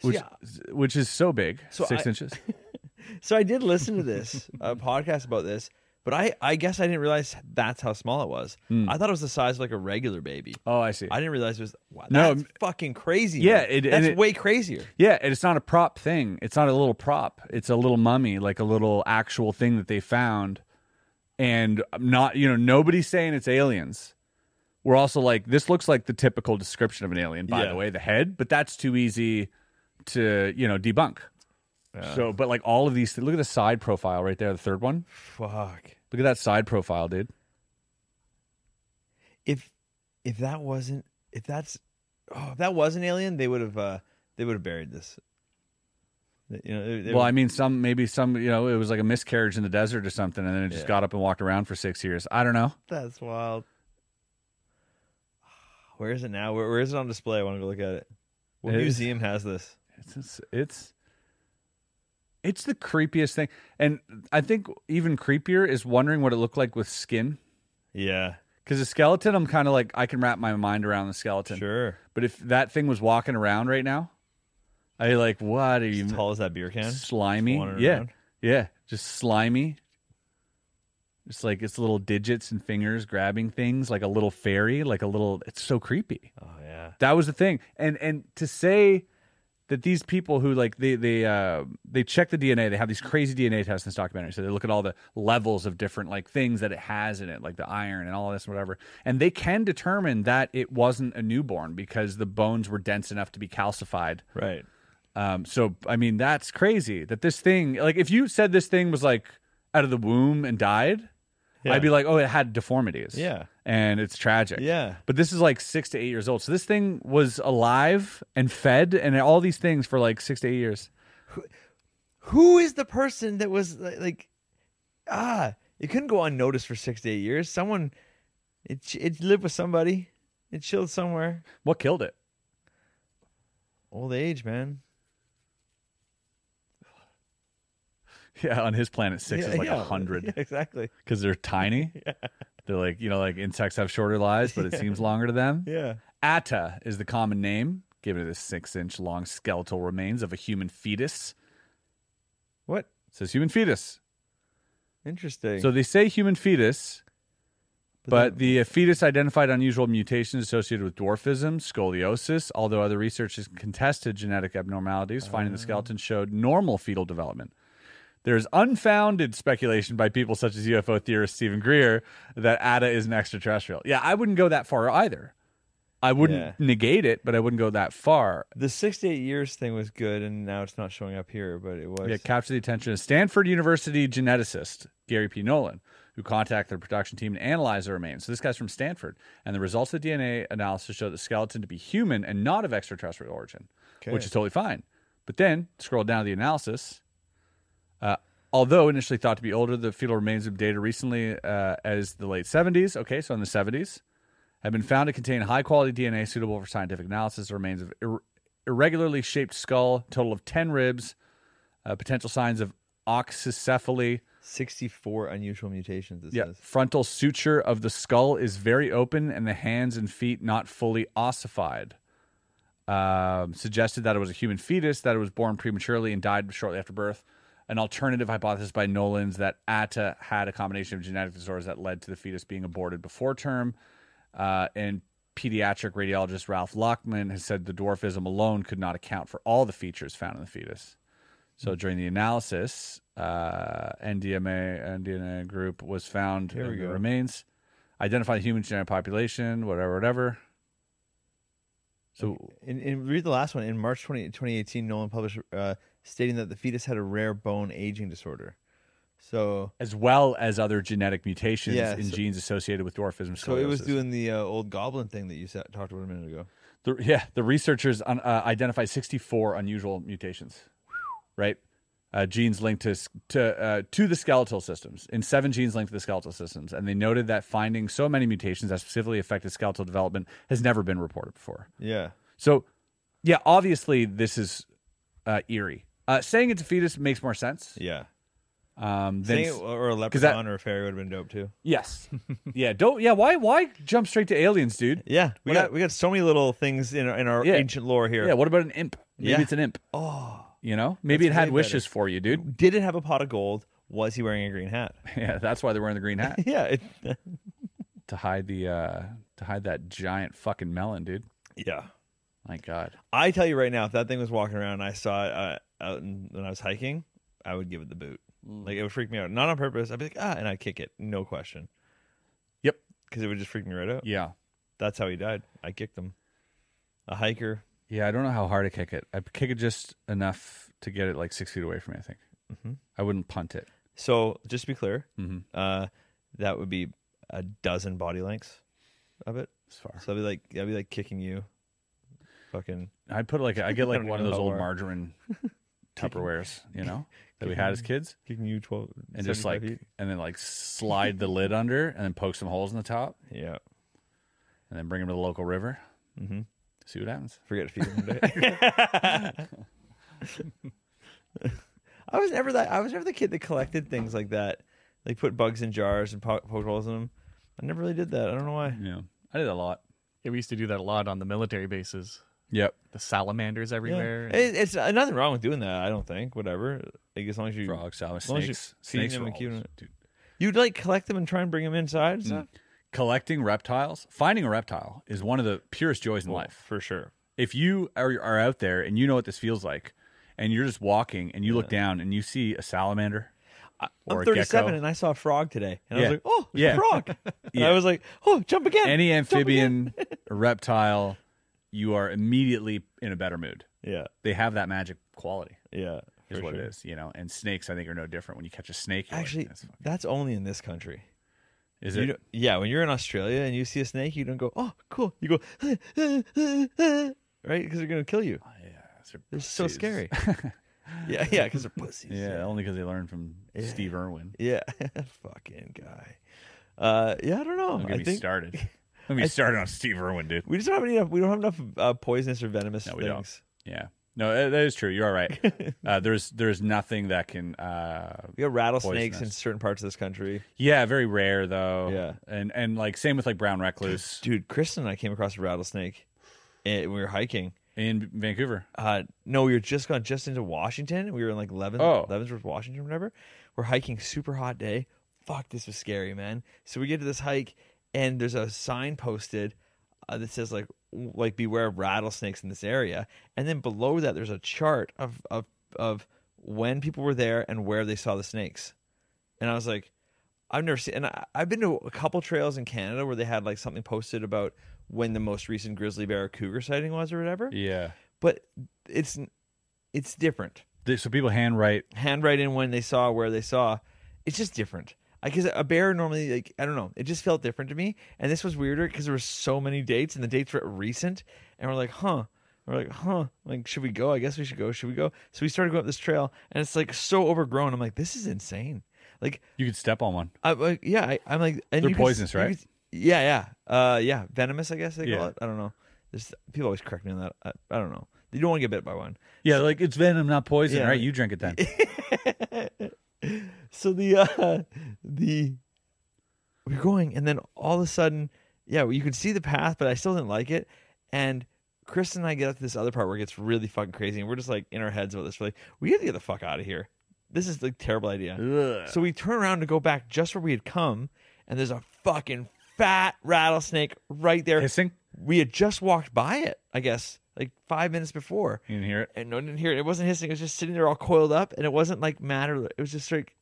C: which,
D: Yeah.
C: which is so big.
D: So
C: six
D: I-
C: inches.
D: So I did listen to this uh, podcast about this, but I I guess I didn't realize that's how small it was.
C: Hmm.
D: I thought it was the size of like a regular baby.
C: Oh, I see.
D: I didn't realize it was wow,
C: No,
D: that's fucking crazy.
C: Yeah,
D: man.
C: it- and
D: that's
C: it-
D: way crazier.
C: Yeah, and it's not a prop thing. It's not a little prop. It's a little mummy, like a little actual thing that they found. And I'm not, you know, nobody's saying it's aliens. We're also like, this looks like the typical description of an alien, by
D: Yeah.
C: the way, the head, but that's too easy to, you know, debunk. So, but like all of these, look at the side profile right there, the third one.
D: Fuck.
C: Look at that side profile, dude.
D: If if that wasn't if that's oh if that was an alien, they would have uh they would have buried this. You know, they- they
C: well,
D: would-
C: I mean, some, maybe some, you know, it was like a miscarriage in the desert or something, and then it just
D: Yeah.
C: got up and walked around for six years. I don't know.
D: that's wild. Where is it now? Where, where is it on display? I want to go look at it. What
C: It is-
D: museum has this?
C: It's it's it's, it's the creepiest thing, and I think even creepier is wondering what it looked like with skin.
D: Yeah,
C: Because a skeleton, I'm kind of like I can wrap my mind around the skeleton.
D: sure.
C: But if that thing was walking around right now, I be like what are you
D: As tall as that beer can.
C: slimy?
D: wandering
C: Yeah,
D: around.
C: yeah, just slimy. It's like its little digits and fingers grabbing things like a little fairy, like a little. It's so creepy.
D: Oh yeah.
C: That was the thing. And and to say that these people who like they they uh they check the DNA, they have these crazy DNA tests in this documentary. So they look at all the levels of different like things that it has in it, like the iron and all this and whatever. And they can determine that it wasn't a newborn because the bones were dense enough to be calcified.
D: Right.
C: Um so I mean that's crazy that this thing like if you said this thing was like out of the womb and died,
D: Yeah.
C: I'd be like, oh it had deformities.
D: Yeah.
C: And it's tragic.
D: Yeah.
C: But this is like six to eight years old. So this thing was alive and fed and all these things for like six to eight years.
D: Who is the person that was like, like ah, it couldn't go unnoticed for six to eight years. Someone, it ch- it lived with somebody. It chilled somewhere.
C: What killed it?
D: Old age, man.
C: Yeah, on his planet, six is like a
D: yeah, yeah,
C: hundred
D: exactly.
C: because they're tiny. They're like you know, like insects have shorter lives, but it seems longer to them.
D: Yeah.
C: Atta is the common name given to the six-inch-long skeletal remains of a human fetus.
D: What?
C: It says human fetus.
D: Interesting.
C: So they say human fetus, But the uh, fetus identified unusual mutations associated with dwarfism, scoliosis, although other research has contested genetic abnormalities, finding
D: Ah.
C: the skeleton showed normal fetal development. There's unfounded speculation by people such as UFO theorist Stephen Greer that Ada is an extraterrestrial. Yeah, I wouldn't go that far either. I wouldn't
D: Yeah.
C: negate it, but I wouldn't go that far.
D: the six to eight years thing was good, and now it's not showing up here, but it was.
C: Yeah, capture the attention of Stanford University geneticist Gary P. Nolan, who contacted the production team to analyze the remains. So this guy's from Stanford, and the results of the DNA analysis show the skeleton to be human and not of extraterrestrial origin, which is totally fine. But then scroll down to the analysis. Uh, Although initially thought to be older, the fetal remains of data recently uh, as the late 70s. Okay, so in the 70s, have been found to contain high quality DNA suitable for scientific analysis. The remains of ir- irregularly shaped skull, total of 10 ribs, uh, potential signs of oxycephaly.
D: 64 unusual mutations, it
C: Yeah,
D: says.
C: frontal suture of the skull is very open, and the hands and feet not fully ossified. Um, suggested that it was a human fetus, that it was born prematurely and died shortly after birth. An alternative hypothesis by Nolans that Atta had a combination of genetic disorders that led to the fetus being aborted before term. Uh, and pediatric radiologist Ralph Lockman has said the dwarfism alone could not account for all the features found in the fetus.
D: Hmm.
C: So during the analysis, uh, NDMA NDNA group was found in the remains, identified human genetic population, whatever, whatever. So
D: And, and read the last one. In March 20, 2018, Nolan published uh, stating that the fetus had a rare bone aging disorder. So,
C: as well as other genetic mutations
D: Yeah,
C: in
D: so-
C: genes associated with dwarfism.
D: so it was
C: scoliosis.
D: doing the uh, old goblin thing that you sa- talked about a minute ago.
C: The, yeah, the researchers un, uh, identified 64 unusual mutations, right? Uh, genes linked to s- to uh, to the skeletal systems in seven genes linked to the skeletal systems, and they noted that finding so many mutations that specifically affected skeletal development has never been reported before.
D: Yeah.
C: So, yeah, obviously this is uh, eerie. Uh, saying it's a fetus makes more sense.
D: Yeah.
C: Um, than
D: Saying
C: s-
D: it- or a
C: 'cause that-
D: leprechaun or a fairy would have been dope too.
C: yes, yeah, don't yeah. Why why jump straight to aliens, dude?
D: Yeah, we
C: What
D: got we got so many little things in our, in our
C: Yeah.
D: ancient lore here.
C: Yeah, what about an imp? Maybe
D: Yeah.
C: it's an imp. Oh, you know, maybe it
D: That's
C: had
D: way better.
C: wishes for you, dude.
D: Did it have a pot of gold? Was he wearing a green hat?
C: Yeah, that's why they're wearing the green hat
D: yeah, it,
C: to hide the uh to hide that giant fucking melon, dude.
D: yeah.
C: My God,
D: I tell you right now, if that thing was walking around and I saw it uh, out in, when I was hiking, I would give it the boot.
C: Mm.
D: Like it would freak me out, not on purpose. I'd be like, ah, and I'd kick it, no question.
C: Yep.
D: because it would just freak me right out.
C: yeah,
D: That's how he died. I kicked him. A hiker.
C: yeah. I don't know how hard to kick it. I kick it just enough to get it like six feet away from me. I think
D: Mm-hmm.
C: I wouldn't punt it. Mm-hmm.
D: So just to be clear, uh, that would be a dozen body lengths of it.
C: It's far.
D: So I'd be like, I'd be like kicking you, fucking
C: I put like I get
D: I
C: like
D: don't
C: one of
D: even
C: those
D: know
C: old
D: how far.
C: margarine Tupperwares, you know, that we had as kids,
D: kicking you twelve
C: and just
D: 75
C: like
D: feet.
C: and then like slide the lid under and then poke some holes in the top
D: yeah.
C: and then bring them to the local river. Mm-hmm. See what happens.
D: Forget to feed him today. I was never that. I was never the kid that collected things like that. Like put bugs in jars and po- poke holes in them. I never really did that. I don't know why.
C: Yeah, I did a lot.
E: Yeah, we used to do that a lot on the military bases.
C: Yep.
E: The salamanders everywhere. and-
D: It, it's uh, nothing wrong with doing that. I don't think. Whatever. Like as long as you
C: Frogs, salad,
D: long as you
C: snakes,
D: feed
C: snakes
D: them
C: were
D: and keep
C: always-
D: them-
C: dude.
D: you'd like collect them and try and bring them inside and stuff.
C: collecting reptiles, finding a reptile is one of the purest joys in
D: Well,
C: life.
D: for sure.
C: If you are, are out there and you know what this feels like, and you're just walking and you look down and you see a salamander, Or
D: I'm
C: a gecko.
D: 37 and I saw a frog today, and I
C: Yeah.
D: was like, "Oh, it's
C: Yeah.
D: a frog!" And
C: Yeah.
D: I was like, "Oh, jump again!"
C: any
D: jump again."
C: amphibian, reptile, you are immediately in a better mood.
D: Yeah,
C: They have that magic quality,
D: yeah,
C: is
D: for
C: what
D: sure.
C: it is, you know. And snakes, I think, are no different. When you catch a snake, you're like,
D: Actually,
C: "That's fucking-"
D: that's only in this country.
C: is
D: You
C: it?
D: don't- yeah, when you're in Australia and you see a snake, you don't go, "Oh, cool." You go, right? Because they're gonna kill you.
C: They're
D: They're so
C: pussies.
D: scary. yeah, yeah, because they're pussies.
C: Yeah, only because they learned from Steve Irwin.
D: yeah, fucking guy. Uh, yeah, I don't know.
C: Don't
D: I
C: get me
D: think
C: started. Let me started on Steve Irwin, dude.
D: we just don't have enough. We don't have enough uh, poisonous or venomous
C: No, we
D: things.
C: don't. Yeah. No, that that is true. You're all right. uh, there's there's nothing that can. Uh,
D: We got rattlesnakes in
C: Poisonous.
D: certain parts of this country.
C: yeah, very rare though.
D: Yeah.
C: and and like same with like brown recluse
D: Dude, Kristen and I came across a rattlesnake, and we were hiking.
C: in Vancouver.
D: uh no we were just gone just into washington we were in like Levin,
C: Oh.
D: leavenworth washington or whatever we're hiking super hot day fuck this was scary man so we get to this hike and there's a sign posted uh, that says like w- like beware of rattlesnakes in this area and then below that there's a chart of of of when people were there and where they saw the snakes and i was like I've never seen, and I, I've been to a couple trails in Canada where they had like something posted about when the most recent grizzly bear or cougar sighting was or whatever
C: Yeah,
D: but it's it's different.
C: They- so people handwrite.
D: Handwrite in when they saw where they saw, it's just different. I guess a bear normally like I don't know. It just felt different to me, and this was weirder because there were so many dates, and the dates were recent, and we're like, huh. We're like, huh? Like, should we go? I guess we should go. Should we go? So we started going up this trail, and it's like so overgrown. I'm like, this is insane. Like,
C: You could step on one.
D: I'm like, yeah, I, I'm like, and
C: They're
D: you can-
C: poisonous,
D: you
C: right?
D: can- yeah, yeah, uh, yeah, venomous. I guess they call
C: Yeah.
D: it. I don't know. There's, people always correct me on that. I, I don't know. You don't want to get bit by one.
C: Yeah, like it's venom, not poison,
D: Yeah.
C: right? You drink it then.
D: so the uh the we're going and then all of a sudden yeah you could see the path but i still didn't like it and chris and i get up to this other part where it gets really fucking crazy and we're just like in our heads about this we're like we have to get the fuck out of here this is like terrible idea so we turn around to go back just where we had come and there's a fucking fat rattlesnake right there
C: Hissing?
D: we had just walked by it i guess like five minutes before
C: You didn't hear it.
D: and no one didn't hear it. It wasn't hissing. It was just sitting there all coiled up, and it wasn't like matter. It was just like,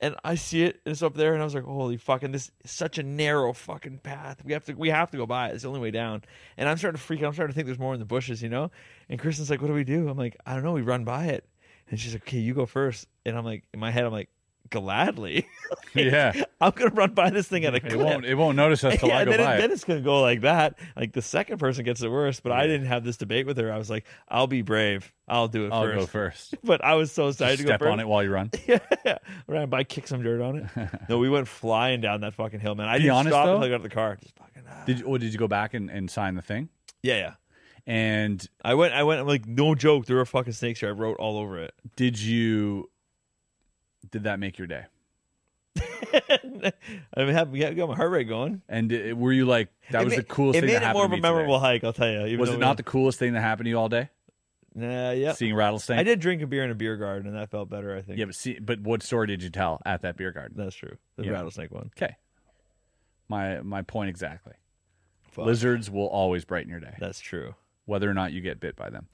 D: and I see it, and it's up there, and I was like, holy fucking, this is such a narrow fucking path. We have to, we have to go by it. It's the only way down. And I'm starting to freak out. I'm starting to think there's more in the bushes, you know. And Kristen's like, what do we do? I'm like, I don't know. We run by it, and she's like, okay, you go first. And I'm like, in my head, I'm like, gladly,
C: Yeah.
D: I'm gonna run by this thing at a
C: It
D: clip.
C: won't it won't notice us till
D: Yeah,
C: I
D: and
C: go
D: then,
C: by
D: it, then
C: it.
D: it's gonna go like that. Like the second person gets it worse. But I didn't have this debate with her. I was like, I'll be brave. I'll do it
C: I'll
D: first.
C: go first.
D: But I was so excited to go
C: Step
D: first.
C: on it while you run.
D: Yeah, ran by, kick some dirt on it. no, we went flying down that fucking hill, man. I
C: Be
D: didn't
C: honest,
D: stop
C: though.
D: until I got out of the car. Just fucking. ah.
C: Did you, oh, did you go back and, and sign the thing?
D: yeah, yeah.
C: And
D: I went. I went. I'm like, no joke. There were fucking snakes here. I wrote all over it.
C: did you did that make your day?
D: I mean, have, yeah, got my heart rate going.
C: And it, were you like that
D: It
C: was
D: ma-
C: the coolest
D: It
C: thing
D: made
C: that
D: it
C: happened
D: more
C: to
D: of
C: me
D: a
C: today?
D: memorable hike. I'll tell you. even
C: Was
D: though
C: it
D: we
C: not
D: were-
C: the coolest thing that happened to you all day?
D: Nah, yeah.
C: Seeing rattlesnake.
D: I did drink a beer in a beer garden, and that felt better. I think.
C: Yeah, but see, but what story did you tell at that beer garden?
D: that's true. The
C: Yeah.
D: rattlesnake one.
C: Okay, my my point exactly.
D: Fuck.
C: Lizards will always brighten your day,
D: That's true.
C: whether or not you get bit by them.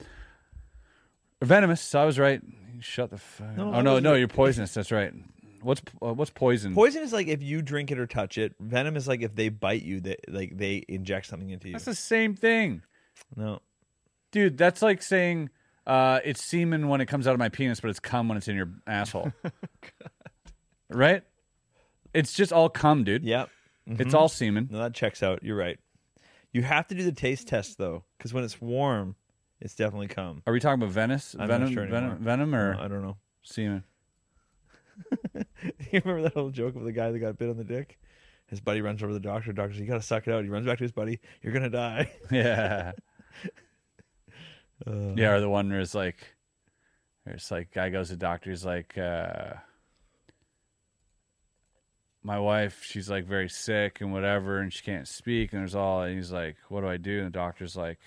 C: Venomous. So I was right. Shut the. F- oh
D: that
C: no,
D: was
C: no,
D: your-
C: you're poisonous. That's right. What's uh, what's poison?
D: Poison is like if you drink it or touch it. Venom is like if they bite you, they like they inject something into you.
C: That's the same thing,
D: no.
C: dude. That's like saying uh, it's semen when it comes out of my penis, but it's cum when it's in your asshole. Right? It's just all cum, dude.
D: Yep.
C: It's all semen.
D: Mm-hmm. No, that checks out. You're right. You have to do the taste test though, because when it's warm, it's definitely cum.
C: Are we talking about Venice?
D: I'm not
C: venom,
D: sure
C: venom,
D: anymore.
C: venom, or
D: No, I don't know.
C: semen?
D: you remember that old joke of the guy that got bit on the dick? His buddy runs over to the doctor. Doctor's, you gotta suck it out. He runs back to his buddy. You're gonna die.
C: Yeah.
D: Uh-huh.
C: yeah, or the one where it's like, where it's like, guy goes to doctor, he's like, uh, my wife, she's like very sick and whatever, and she can't speak, and there's all, and he's like, what do I do? And the doctor's like,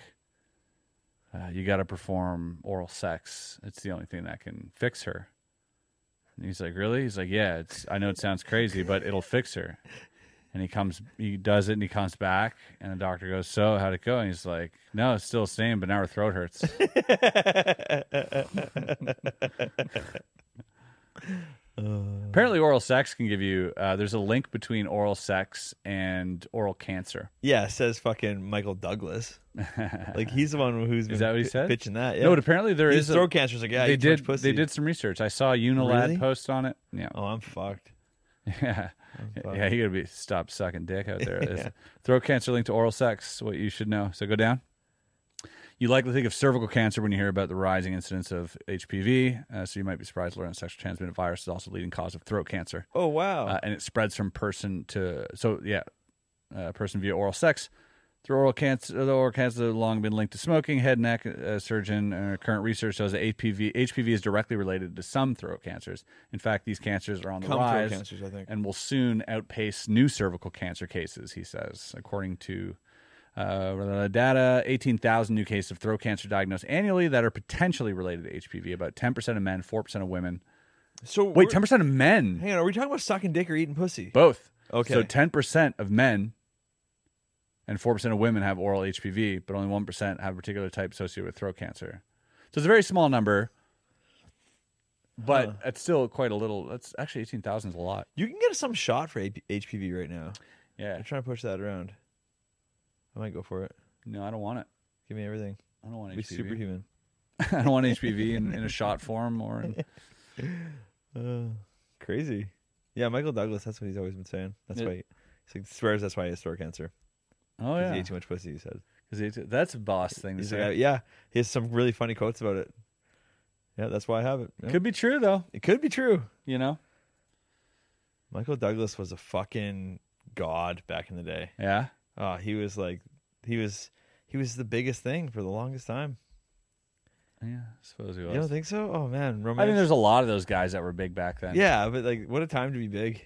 C: uh, you got to perform oral sex. It's the only thing that can fix her. And he's like, really? He's like, yeah. It's I know it sounds crazy, but it'll fix her. And he comes, he does it, and he comes back, and the doctor goes, "So, how'd it go?" And he's like, "No, it's still the same, but now her throat hurts."
D: Uh,
C: Apparently, oral sex can give you. Uh, there's a link between oral sex and oral cancer.
D: yeah, says fucking Michael Douglas. like he's the one who's been
C: Is that what he
D: pi-
C: said?
D: Pitching that. Yeah.
C: No, but apparently there
D: His
C: is a-
D: throat cancer's like, yeah,
C: they
D: you eat too much
C: did.
D: pussy.
C: They did some research. I saw a Unilad
D: Really?
C: post on it. Yeah,
D: Oh, I'm fucked.
C: yeah, yeah. You gotta be stop sucking dick out there. It's- Throat cancer linked to oral sex. What you should know. So go down. You likely think of cervical cancer when you hear about the rising incidence of HPV. Uh, so you might be surprised to learn that sexually transmitted virus is also a leading cause of throat cancer.
D: Oh wow.
C: uh, and it spreads from person to so yeah, uh, person via oral sex. Through oral cancer, the oral cancer has long been linked to smoking. Head and neck uh, surgeon uh, current research shows that HPV HPV is directly related to some throat cancers. In fact, these cancers are on the
D: Cum throat
C: rise
D: cancers, I think.
C: and will soon outpace new cervical cancer cases. He says, according to uh, data, 18,000 new cases of throat cancer diagnosed annually that are potentially related to HPV. About 10% of men, 4% of women.
D: so
C: Wait,
D: we're-
C: 10% of men.
D: Hang on, are we talking about sucking dick or eating pussy?
C: Both.
D: Okay.
C: So ten percent of men and four percent of women have oral HPV, but only one percent have a particular type associated with throat cancer. So it's a very small number, but it's still quite a little. That's actually eighteen thousand is a lot.
D: You can get some shot for AP- HPV right now.
C: Yeah.
D: I'm trying to push that around. I might go for it.
C: No, I don't want it.
D: Give me everything.
C: I don't want
D: Be
C: HPV.
D: superhuman.
C: I don't want HPV in, in a shot form or. In,
D: Uh, crazy. Yeah, Michael Douglas. That's what he's always been saying. That's
C: Yeah.
D: why he, he's like, swears that's why he has throat cancer.
C: oh
D: 'cause
C: yeah.
D: He ate too much pussy. He said.
C: Is he- that's a boss thing to
D: He's
C: say.
D: like, yeah, he has some really funny quotes about it. Yeah, that's why I have it. Yeah.
C: Could be true though.
D: it could be true.
C: You know.
D: Michael Douglas was a fucking god back in the day.
C: Yeah.
D: Oh, he was like he was he was the biggest thing for the longest time.
C: Yeah. I suppose he was.
D: You don't think so? Oh man, romance.
C: I think there's a lot of those guys that were big back then.
D: yeah, but like, what a time to be big.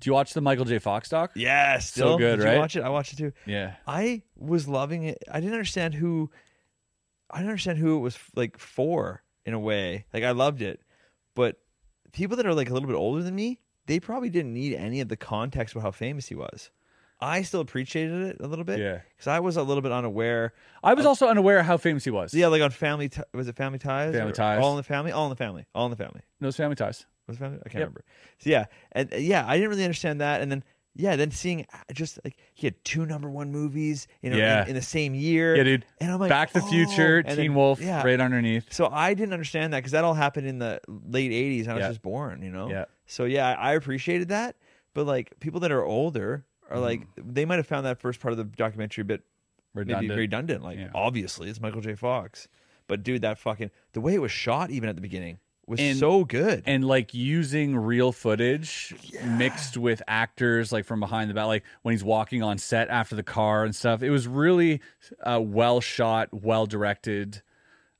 C: Do you watch the Michael J. Fox doc?
D: Yeah, still
C: good,
D: Did
C: right?
D: You watch it. I watched it too.
C: Yeah.
D: I was loving it. I didn't understand who. I didn't understand who it was like for in a way. Like I loved it, but people that are like a little bit older than me, they probably didn't need any of the context about how famous he was. I still appreciated it a little bit,
C: Yeah.
D: because I was a little bit unaware.
C: I was also unaware of how famous he was.
D: So, yeah, like on Family, Ti- was it Family Ties?
C: Family
D: or
C: Ties.
D: All in the Family. All in the Family. All in the Family.
C: No, it's Family Ties.
D: Was it Family? I
C: Yep.
D: can't remember. So yeah, and uh, yeah, I didn't really understand that, and then yeah, then seeing uh, just like he had two number one movies, you know,
C: Yeah.
D: in, in the same year.
C: Yeah, dude.
D: And I'm like,
C: Back to the
D: oh.
C: Future,
D: And
C: Teen
D: then-
C: Wolf,
D: yeah.
C: right underneath.
D: So I didn't understand that because that all happened in the late '80s, and I was
C: Yeah.
D: just born, you know.
C: Yeah.
D: So yeah, I I appreciated that, but like people that are older are like
C: Mm.
D: they might have found that first part of the documentary a bit
C: Redundant.
D: maybe redundant. Like
C: Yeah.
D: obviously it's Michael J. Fox, but dude, that fucking the way it was shot even at the beginning was
C: And-
D: so good.
C: and like using real footage mixed with actors like from behind the back like when he's walking on set after the car and stuff it was really uh, well shot well directed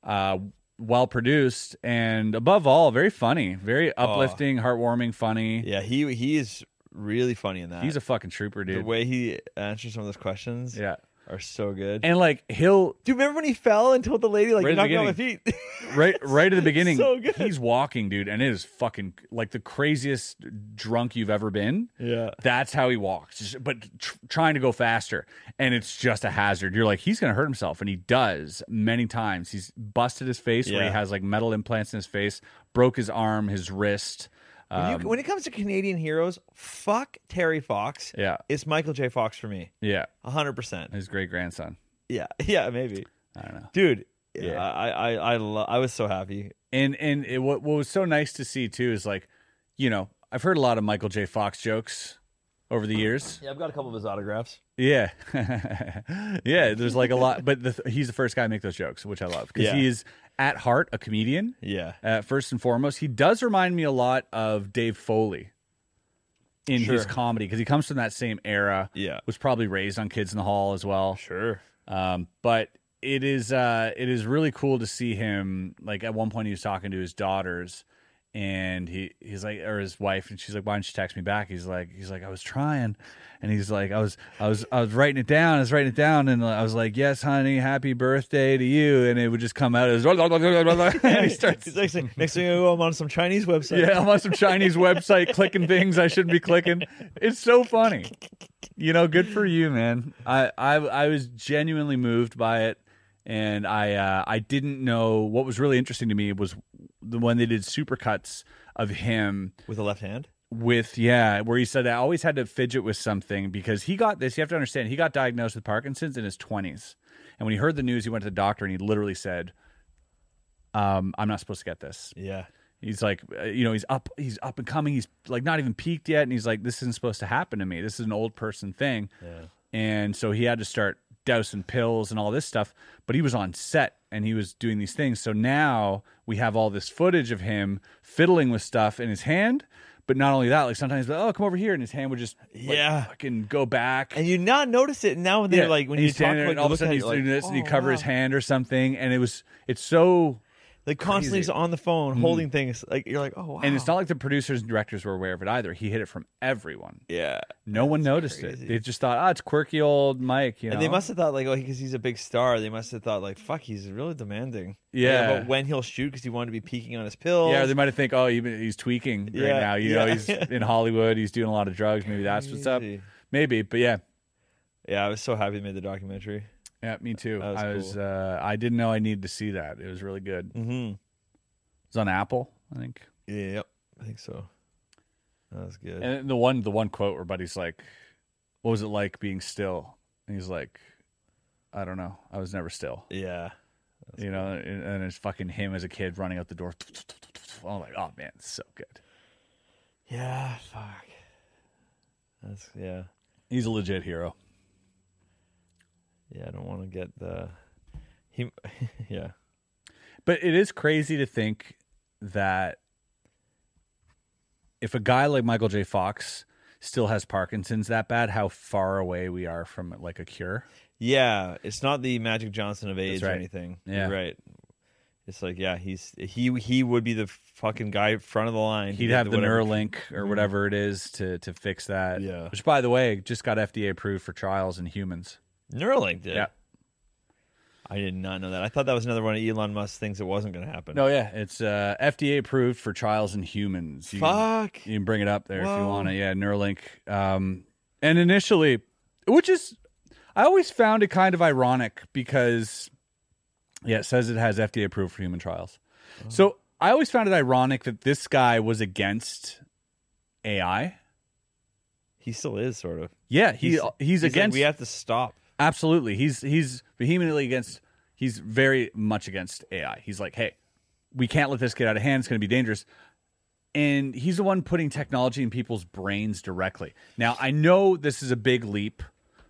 C: uh, well produced and above all very funny very uplifting heartwarming funny
D: Yeah, he he is really funny in that.
C: he's a fucking trooper
D: the
C: dude
D: way he answers some of those questions
C: yeah
D: are so good.
C: and like he'll
D: do you remember when he fell and told the lady like
C: Right
D: you're
C: at the
D: not going on my feet?
C: right right at the beginning
D: So good.
C: he's walking dude and it is fucking like the craziest drunk you've ever been
D: yeah.
C: That's how he walks, just- but tr- trying to go faster, and it's just a hazard. You're like, he's going to hurt himself, and he does many times. He's busted his face where he
D: Yeah.
C: has like metal implants in his face, broke his arm, his wrist. um,
D: When, you- when it comes to Canadian heroes, fuck Terry Fox.
C: Yeah.
D: It's Michael J. Fox for me.
C: Yeah,
D: 100%.
C: his great grandson.
D: Yeah. Yeah, maybe.
C: I don't know.
D: Dude,
C: Yeah.
D: yeah. I I I, lo- I was so happy.
C: And and it, what what was so nice to see too is like, you know, I've heard a lot of Michael J. Fox jokes over the years.
D: Yeah, I've got a couple of his autographs.
C: Yeah, yeah. There's like a lot, but the, he's the first guy to make those jokes, which I love because
D: Yeah.
C: he is at heart a comedian.
D: Yeah.
C: uh, first and foremost. He does remind me a lot of Dave Foley in his
D: Sure.
C: comedy because he comes from that same era.
D: Yeah.
C: was probably raised on Kids in the Hall as well.
D: Sure.
C: Um, but it is uh, it is really cool to see him. Like at one point, he was talking to his daughters, and he he's like, or his wife, and she's like, "Why didn't you text me back?" He's like, he's like, "I was trying," and he's like, "I was I was I was writing it down. I was writing it down, and I was like, yes, honey, happy birthday to you,' and it would just come out as and he starts
D: He's like, saying, next thing I know, I'm on some Chinese website.
C: yeah, I'm on some Chinese website clicking things I shouldn't be clicking. It's so funny. You know, good for you, man. I I, I was genuinely moved by it, and I uh, I didn't know what was really interesting to me was the when they did supercuts of him
D: With a left hand.
C: with yeah, where he said I always had to fidget with something because he got this. You have to understand, he got diagnosed with Parkinson's in his 20s, and when he heard the news, he went to the doctor and he literally said. Um, I'm not supposed to get this
D: Yeah.
C: he's like uh, you know he's up he's up and coming he's like not even peaked yet and he's like this isn't supposed to happen to me this is an old person thing and so he had to start dousing pills and all this stuff but he was on set and he was doing these things so now we have all this footage of him fiddling with stuff in his hand but not only that like sometimes like, oh come over here and his hand would just like,
D: Yeah.
C: fucking go back
D: And you not notice it and now when they're
C: Yeah.
D: like when
C: And
D: you
C: he's
D: talk
C: standing there
D: about
C: and all of a sudden he's doing this and you cover his hand or something and it was it's so
D: "Oh, Like constantly
C: Crazy. Hmm.
D: he's on the phone holding things. Like you're like, oh wow.
C: and it's not like the producers and directors were aware of it either he hid it from everyone
D: yeah.
C: No one noticed it.
D: crazy.
C: They just thought, ah, it's quirky old Mike. You know,
D: And they must have thought like, oh, because he's a big star, they must have thought like, fuck, he's really demanding.
C: Yeah.
D: But when he'll shoot because he wanted to be peeking on his pills.
C: yeah, they might have think, oh, he- he's tweaking right
D: Yeah,
C: now. You know,
D: yeah.
C: he's in Hollywood. He's doing a lot of drugs. Maybe that's what's up.
D: Crazy.
C: Maybe, but yeah,
D: yeah. I was so happy they made the documentary.
C: yeah, me too.
D: That was
C: I was,
D: cool.
C: uh, I didn't know I needed to see that. It was really good.
D: Mm-hmm.
C: It's on Apple, I think.
D: Yep. I think so. That was good.
C: And the one, the one quote where Buddy's like, "What was it like being still?" And he's like, "I don't know. I was never still."
D: yeah.
C: you know, and, and it's fucking him as a kid running out the door. I'm like, oh man, it's so good.
D: Yeah. Fuck. That's yeah.
C: He's a legit hero.
D: Yeah, I don't want to get the he. yeah,
C: But it is crazy to think that if a guy like Michael J. Fox still has Parkinson's that bad, how far away we are from like a cure.
D: yeah. It's not the Magic Johnson of age or
C: right.
D: anything.
C: Yeah.
D: You're right. It's like yeah, he's he he would be the fucking guy front of the line. to
C: He'd
D: get
C: have the
D: whatever-
C: Neuralink or whatever it is to to fix that.
D: Yeah.
C: Which, by the way, just got FDA approved for trials in humans.
D: Neuralink did.
C: Yeah.
D: I did not know that. I thought that was another one of Elon Musk's things that wasn't going to happen.
C: No, yeah, it's uh, FDA approved for trials in humans. You can-
D: Fuck.
C: You can bring it up there if you
D: Whoa.
C: want to. Yeah, Neuralink. Um, and initially, which is, I always found it kind of ironic because, yeah, it says it has FDA approved for human trials.
D: Oh.
C: So I always found it ironic that this guy was against AI.
D: He still is sort of.
C: Yeah, he he's,
D: He's- like,
C: against
D: we have to stop.
C: absolutely. He's he's vehemently against. He's very much against AI. He's like, hey, we can't let this get out of hand. It's going to be dangerous. And he's the one putting technology in people's brains directly. Now, I know this is a big leap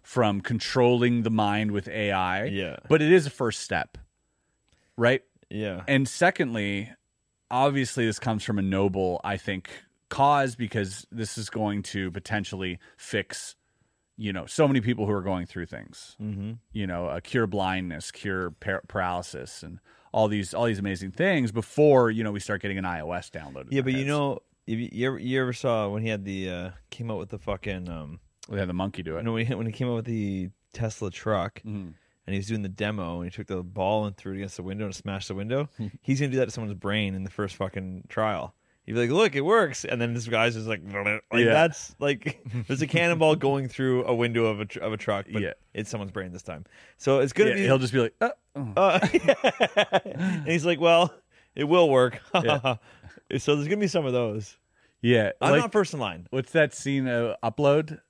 C: from controlling the mind with AI,
D: Yeah.
C: but it is a first step, right?
D: Yeah.
C: And secondly, obviously, this comes from a noble, I think, cause because this is going to potentially fix, you know, so many people who are going through things. Mm-hmm. You know, uh, cure blindness, cure par- paralysis, and all these all these amazing things before you know we start getting an iOS downloaded.
D: yeah, but you know, if you, you, ever, you ever saw when he had the uh came out with the fucking um
C: we had the monkey do it. Mm-hmm.
D: no when he, when he came out with the Tesla truck and he was doing the demo and he took the ball and threw it against the window and smashed the window. He's gonna do that to someone's brain in the first fucking trial. He'd be like, "Look, it works," and then this guy's just like, like
C: Yeah.
D: "That's like there's a cannonball going through a window of a tr- of a truck, but
C: Yeah.
D: it's someone's brain this time." So it's gonna
C: Yeah,
D: be
C: he'll just be like, "Uh,
D: uh, and he's like, "Well, it will work."
C: Yeah.
D: so there's gonna be some of those.
C: yeah.
D: I'm
C: like-
D: not first in line.
C: what's that scene? Uh, upload.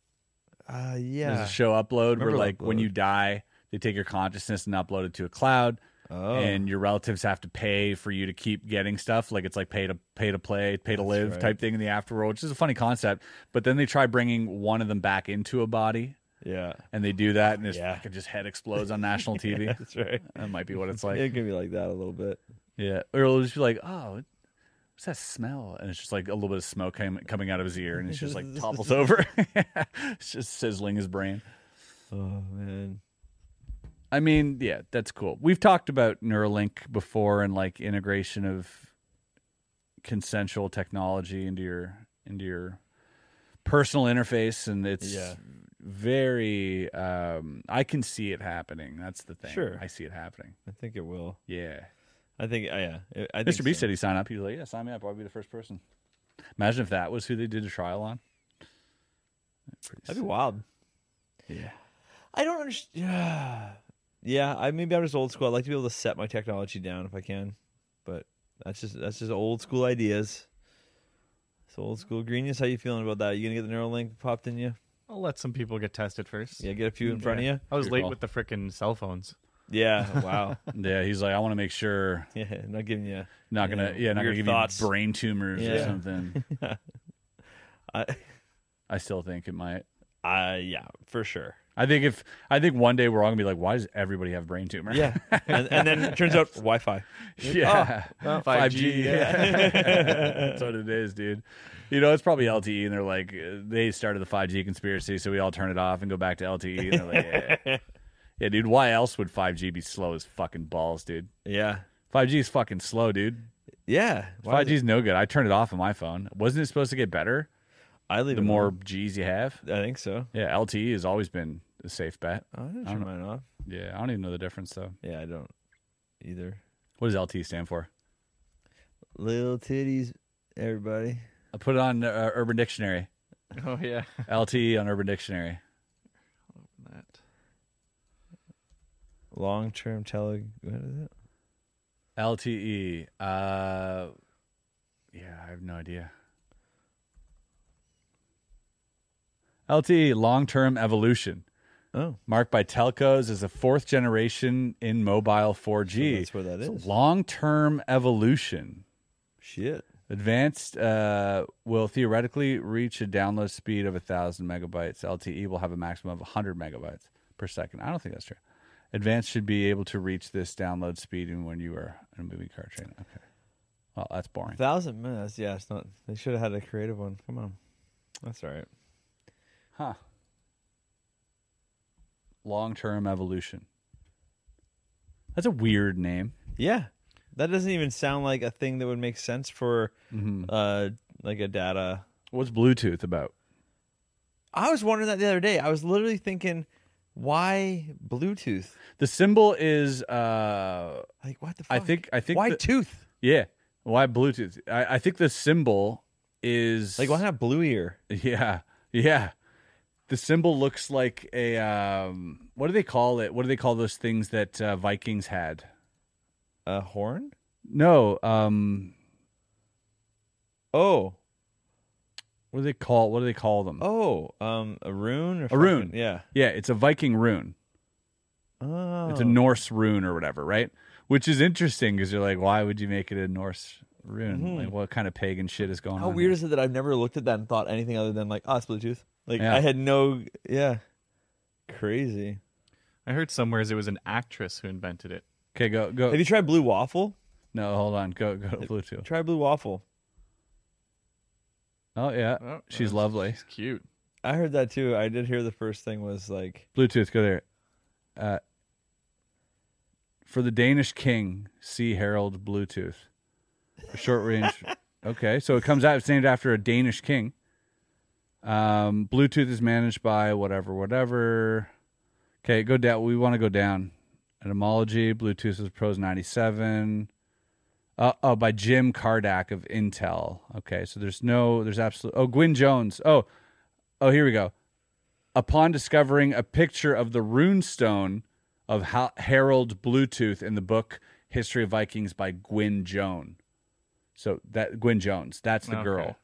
D: Uh,
C: There's
D: yeah.
C: a show upload where
D: Remember
C: like when
D: Upload.
C: you die, they take your consciousness and upload it to a cloud.
D: Oh.
C: And your relatives have to pay for you to keep getting stuff. Like it's like pay to pay to play, pay to live
D: right.
C: type thing in the afterworld, which is a funny concept. But then they try bringing one of them back into a body,
D: yeah.
C: and they do that, and his
D: Yeah.
C: fucking just head explodes on national TV.
D: That's right.
C: That might be what it's like.
D: it could be like that a little bit.
C: yeah, or it'll just be like, oh, what's that smell? And it's just like a little bit of smoke came, coming out of his ear, and it's just like topples over. it's just sizzling his brain.
D: Oh man.
C: I mean, yeah, that's cool. We've talked about Neuralink before and like integration of consensual technology into your into your personal interface and it's
D: Yeah.
C: very um I can see it happening. That's the thing.
D: Sure.
C: I see it happening.
D: I think it will.
C: Yeah.
D: I think. Uh, yeah. I- I think
C: Mr. B
D: so.
C: said he signed up. He was like, Yeah, sign me up, I'll be the first person. Imagine if that was who they did a trial on. Pretty
D: That'd
C: sick.
D: be wild.
C: Yeah.
D: I don't understand. Yeah. Yeah. I maybe I'm just old school. I like to be able to set my technology down if I can, but that's just that's just old school ideas. It's old school. Greenius, how you feeling about that? You gonna get the Neuralink popped in you?
E: I'll let some people get tested first.
D: Yeah, get a few in front of you.
E: I was
C: Your
E: late
C: call.
E: with the frickin' cell phones.
D: Yeah. Wow.
C: Yeah, he's like, I want to make sure
D: yeah. Not giving you.
C: not gonna
D: Yeah,
C: yeah, not gonna
D: weird
C: give
D: thoughts.
C: you brain tumors or
D: Yeah.
C: something.
D: I,
C: I still think it might.
D: I Uh, yeah, for sure.
C: I think if I think one day we're all gonna be like, why does everybody have brain tumor?
D: Yeah. and, and then it turns out Wi-Fi.
C: yeah, "Oh, five G. That's what it is, dude. You know, it's probably LTE, and they're like, uh, they started the five G conspiracy, so we all turn it off and go back to LTE. And they're like, yeah. yeah, dude. Why else would five G be slow as fucking balls, dude?
D: Yeah.
C: Five G is fucking slow, dude.
D: Yeah. Why
C: Five
D: is
C: G
D: it-
C: is no good. I turned it off on my phone. Wasn't it supposed to get better
D: I leave
C: the
D: it
C: more
D: on.
C: G's you have?
D: I think so.
C: Yeah, LTE has always been a safe bet.
D: I didn't turn mine off.
C: Yeah, I don't even know the difference though.
D: Yeah, I don't either.
C: What does LTE stand for?
D: Little titties, everybody.
C: I put it on uh, Urban Dictionary.
E: Oh yeah.
C: LTE on Urban Dictionary.
E: That.
D: Long term tele. What is it?
C: LTE. E. Uh, yeah, I have no idea. LTE, long term E, evolution,
D: Oh,
C: marked by telcos as a fourth generation in mobile 4G.
D: So that's where that is.
C: Long term evolution.
D: shit.
C: Advanced uh, will theoretically reach a download E speed of 1,000 megabytes. LTE will have a maximum of 100 megabytes per second. I don't think that's true. Advance should be able to reach this download speed even when you are in a moving car train. Okay. Well, that's boring.
D: Thousand minutes. Yeah, it's not. They should have had a creative one. Come on. That's all right.
C: Huh. Long term evolution. That's a weird name.
D: Yeah. That doesn't even sound like a thing that would make sense for uh like a data.
C: What's Bluetooth about?
D: I was wondering that the other day. I was literally thinking, why Bluetooth?
C: The symbol is uh
D: Like what the fuck?
C: I think I think
D: why
C: the-
D: tooth?
C: yeah. Why Bluetooth? I, I think the symbol is
D: Like why not blue ear?
C: Yeah, yeah. The symbol looks like a um, what do they call it? What do they call those things that uh, Vikings had?
D: A horn?
C: No, um,
D: Oh,
C: what do they call? What do they call them?
D: oh, um, a rune? Or
C: a rune.
D: fucking- Yeah.
C: yeah. It's a Viking rune.
D: Oh.
C: It's a Norse rune or whatever, right? Which is interesting because you're like, why would you make it a Norse rune? Like, what kind of pagan shit is going
D: Hmm. How
C: on?
D: weird
C: here?
D: is it that I've never looked at that and thought anything other than like, oh, it's Bluetooth. Like
C: Yeah.
D: I had no, yeah, crazy.
E: I heard somewhere it was an actress who invented it.
C: Okay, go go.
D: Have you tried Blue Waffle?
C: no, hold on. Go go to Bluetooth.
D: Try Blue Waffle.
C: Oh yeah,
E: Oh,
C: she's
E: uh,
C: lovely.
E: She's cute.
D: I heard that too. I did hear the first thing was like,
C: Bluetooth, go there. Uh, for the Danish king, see Harold Bluetooth. For short range. okay, so it comes out. It's named after a Danish king. Um, Bluetooth is managed by whatever, whatever. Okay, go down. We want to go down. Etymology. Bluetooth is Pros ninety seven. Uh, oh, by Jim Kardak of Intel. Okay, so there's no, there's absolute. Oh, Gwyn Jones. Oh, oh, here we go upon discovering a picture of the runestone of Ha- Harold Bluetooth in the book History of Vikings by Gwyn Jones. So that Gwyn Jones, that's the
E: Okay.
C: girl.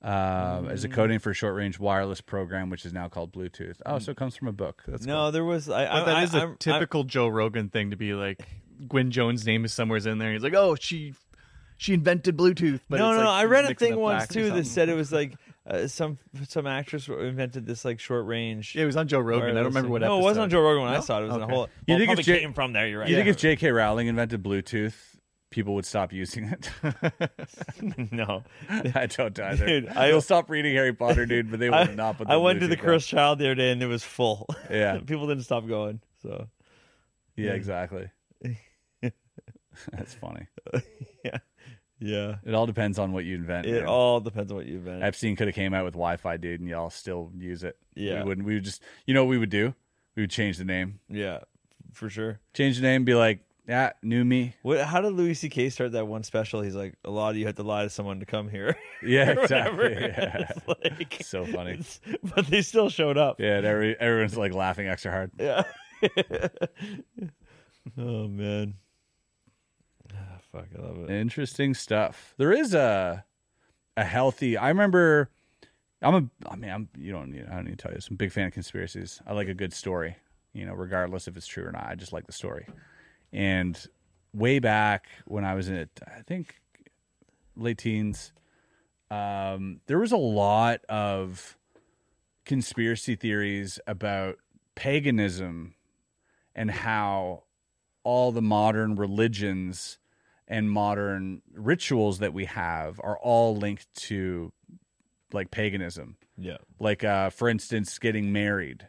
C: Uh, As
D: Mm.
C: a codename for a short-range wireless program, which is now called Bluetooth. Oh, so it comes from a book. That's
D: no, there was. I,
E: But
D: I,
E: that is a
D: I, I'm-
E: typical Joe Rogan thing to be like, Gwen Jones' name is somewhere's in there. And he's like, oh, she she invented Bluetooth.
D: I,
E: But
D: no,
E: it's
D: no,
E: like
D: I read a
E: mixing
D: thing
E: up
D: once
E: facts or
D: too that
E: something.
D: said it was like uh, some some actress invented this like short range.
E: Yeah, it was on Joe Rogan. I don't remember what
D: No,
E: episode.
D: it wasn't on Joe Rogan when I
E: No?
D: saw it. It was in a
E: Okay.
C: You
D: whole. well,
C: think
D: probably
C: it's Jay-
D: came from there? You're right.
C: You think if J.K. Rowling invented Bluetooth, people would stop using it?
D: if no?
C: I don't either.
D: Dude, I-
C: I, will stop reading Harry Potter, dude, but they will not. But
D: I went to the cursed child the other day and it was full.
C: Yeah.
D: people didn't stop going. So
C: Yeah, exactly. That's funny.
D: yeah,
C: It all depends on what you invent.
D: it
C: man.
D: all depends on what you've been.
C: Epstein could have came out with Wi-Fi, dude, and y'all still use it.
D: Yeah.
C: we wouldn't. We would just, you know, what we would do. We would change the name,
D: Yeah, for sure.
C: change the name, be like, yeah, new me.
D: What? How did Louis C.K. start that one special? He's like, a lot of you had to lie to someone to come here.
C: Yeah,
D: or whatever.
C: exactly. Yeah.
D: It's like,
C: So funny.
D: it's- but they still showed up.
C: Yeah, and every, everyone's like laughing extra hard.
D: Yeah. oh man. Ah, fuck, I love it.
C: Interesting stuff. There is a a healthy. I remember. I'm a. I mean, I'm. You don't need. I don't need to tell you. This. I'm a big fan of conspiracies. I like a good story. You know, regardless if it's true or not, I just like the story. And way back when I was in it, I think late teens, um, there was a lot of conspiracy theories about paganism and how all the modern religions and modern rituals that we have are all linked to like paganism.
D: Yeah.
C: Like uh for instance getting married.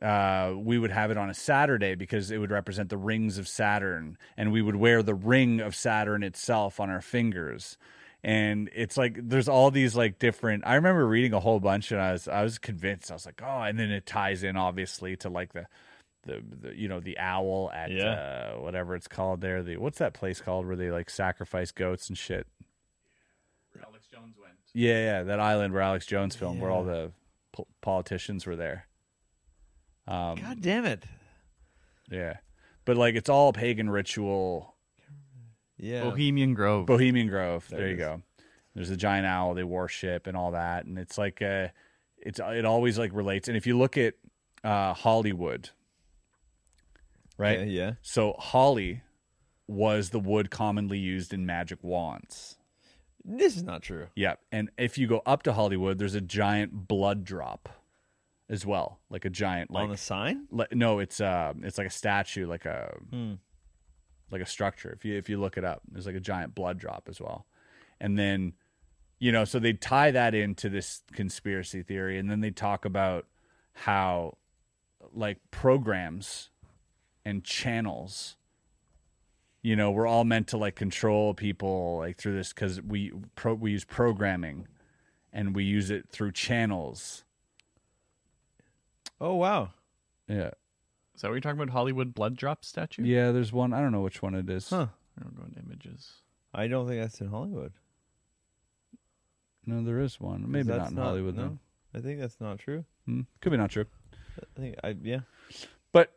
C: Uh we would have it on a Saturday because it would represent the rings of Saturn and we would wear the ring of Saturn itself on our fingers. And it's like there's all these like different I remember reading a whole bunch and I was I was convinced. I was like, "Oh, and then it ties in obviously to like the the, the you know the owl at
D: Yeah.
C: uh, whatever it's called there the what's that place called where they like sacrifice goats and shit
E: Alex Jones went.
C: yeah yeah that island where alex jones filmed where all the po- politicians were there um
D: God damn it.
C: yeah but like it's all pagan ritual
D: Yeah.
E: Bohemian Grove.
C: bohemian grove there,
D: it
C: you
D: is.
C: go there's a giant owl they worship and all that and it's like uh it's it always like relates and if you look at uh hollywood right
D: Yeah, yeah.
C: So holly was the wood commonly used in magic wands.
D: This is not true.
C: Yep. And if you go up to Hollywood, there's a giant blood drop as well, like a giant like
D: on the sign.
C: like no, it's um it's like a statue, like a
D: Hmm.
C: like a structure. If you if you look it up, there's like a giant blood drop as well. And then you know, so they tie that into this conspiracy theory and then they talk about how like programs and channels you know, we're all meant to like control people like through this cuz we pro- we use programming and we use it through channels.
D: Oh wow,
C: Yeah.
E: Is that what you're talking about? Hollywood blood drop statue?
C: Yeah, there's one. I don't know which one it is.
D: huh?
E: I don't go into images.
D: I don't think that's in Hollywood.
C: No, there is one. Maybe not
D: That's
C: in Hollywood
D: No,
C: though.
D: I think that's not true.
C: Hmm. Could be not true.
D: I think I yeah.
C: But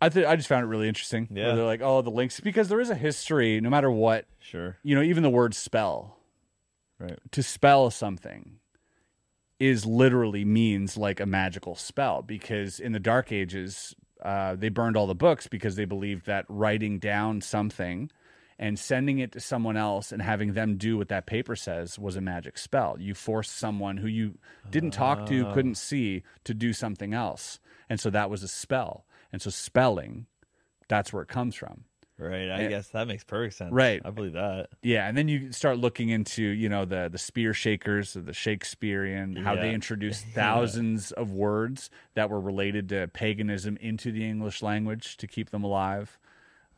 C: I th- I just found it really interesting. where
D: Yeah.
C: they're like, oh, the links because there is a history. No matter what,
D: Sure.
C: you know, even the word spell
D: Right.
C: to spell something is literally means like a magical spell because in the Dark Ages. Uh, they burned all the books because they believed that writing down something and sending it to someone else and having them do what that paper says was a magic spell. You forced someone who you didn't talk to, couldn't see, to do something else. And so that was a spell. And so spelling, that's where it comes from.
D: Right. I
C: Yeah.
D: guess that makes perfect sense.
C: Right.
D: I believe that.
C: Yeah, and then you start looking into you know the the spear shakers of the Shakespearean, how they
D: Yeah.
C: introduced thousands of words that were related to paganism into the English language to keep them alive.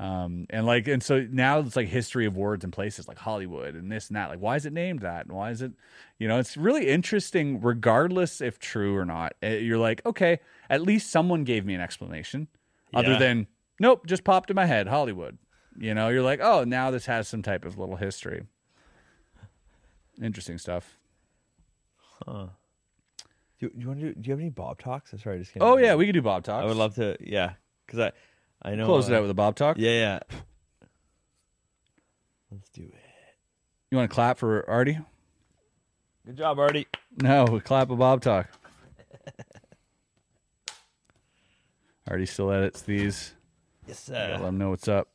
C: Um, and like and so now it's like history of words and places like Hollywood and this and that. Like why is it named that? And why is it you know, it's really interesting regardless if true or not. Eh, You're like, okay, at least someone gave me an explanation other
D: Yeah.
C: than nope, just popped in my head Hollywood. You know, you're like, oh, now this has some type of little history. Interesting stuff.
D: Do, do you want to? Do, do you have any Bob talks? I'm sorry, I just. can't
C: Oh
D: remember.
C: yeah, we could do Bob talks.
D: I would love to. Yeah, because I, I know.
C: close it
D: uh,
C: out with a Bob talk.
D: Yeah, yeah. Let's do it.
C: You want to clap for Artie?
D: Good job, Artie.
C: No, we clap a Bob talk. Artie still edits these.
D: Yes,
C: Gotta
D: sir.
C: let him know what's up.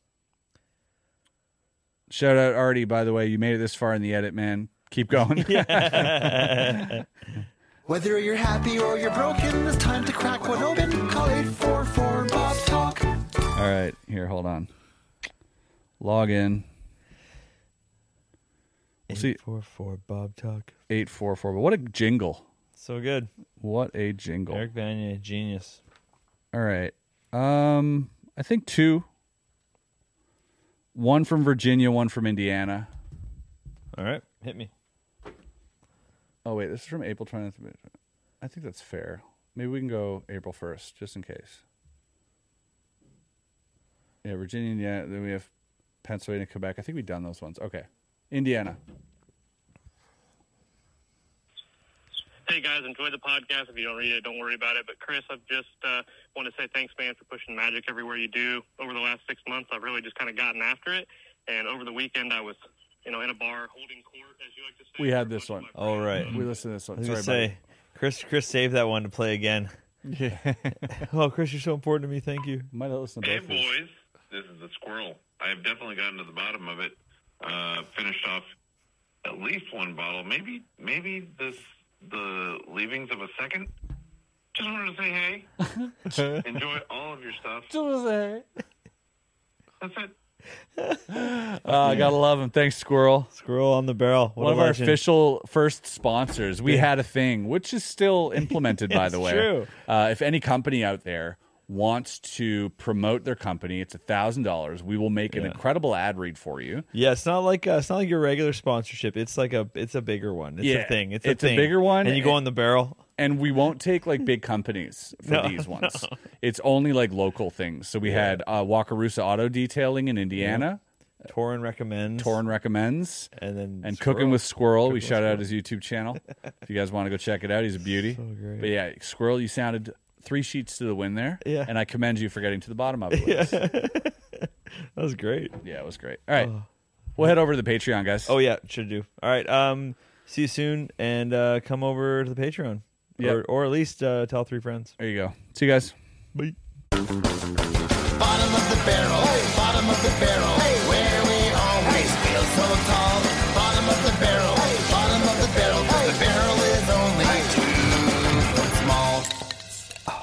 C: Shout out Artie, by the way. You made it this far in the edit, man. Keep going.
B: Whether you're happy or you're broken, it's time to crack one open. Call 844 Bob Talk.
C: All right, here, hold on. Log in see-
D: Eight four four Bob talk.
C: eight four four. But what a jingle!
D: So good.
C: What a jingle!
D: Eric Vanya, genius.
C: All right, um, I think two. One from Virginia, one from Indiana.
D: All right, hit me.
C: Oh wait, this is from April 20th. I think that's fair. Maybe we can go April 1st, just in case. Yeah, Virginia, Indiana. Then we have Pennsylvania, Quebec. I think we've done those ones. Okay, Indiana.
F: Hey guys, enjoy the podcast. If you don't read it, don't worry about it. But Chris, I just uh, want to say thanks, man, for pushing magic everywhere you do. Over the last six months, I've really just kind of gotten after it. And over the weekend, I was, you know, in a bar holding court, as you like to say.
C: We had this one.
D: All right.
C: We listened to this one.
D: I was
C: Sorry,
D: gonna say, Chris, Chris, save that one to play again. Yeah. oh, Chris, you're so important to me. Thank you.
C: buddy. might have listened to
G: Hey,
C: both. of these.
G: boys. This is the squirrel. I have definitely gotten to the bottom of it. Uh, finished off at least one bottle. Maybe, maybe this the leavings of a second. Just wanted to say hey. Enjoy all of your stuff. That's it.
C: Oh, I gotta love him. Thanks, Squirrel.
D: Squirrel on the barrel. What
C: One
D: a
C: of our
D: legend.
C: official first sponsors. We had a thing, which is still implemented, by the
D: It's
C: way.
D: true.
C: Uh, if any company out there wants to promote their company, it's a thousand dollars. We will make an incredible ad read for you.
D: Yeah, it's not like uh, it's not like your regular sponsorship. It's like a it's a bigger one. It's
C: Yeah,
D: a thing. It's,
C: it's a
D: a thing.
C: bigger one,
D: and you go
C: and-
D: on the barrel.
C: and we won't take like big companies for
D: No,
C: these ones. It's only like local things. So we had uh, Wakarusa Auto Detailing in Indiana,
D: Torin recommends.
C: Torn recommends,
D: and then
C: and
D: Squirrel.
C: Cooking with Squirrel. we
D: Cooking with
C: shout out his YouTube channel if you guys want to go check it out. He's a beauty.
D: great.
C: But yeah, Squirrel, you sounded three sheets to the wind there.
D: Yeah.
C: and I commend you for getting to the bottom of it. With us.
D: That was great.
C: Yeah, it was great. All right, we'll head over to the Patreon, guys.
D: Oh yeah, should do. All right. Um, see you soon, and uh, come over to the Patreon,
C: Yep.
D: or or at least uh, tell three friends.
C: there you go. See you guys.
D: Bye.
B: Bottom of the barrel, bottom of the barrel, where we always feel so tall. Bottom of the barrel, bottom of the barrel, 'cause the barrel is only small.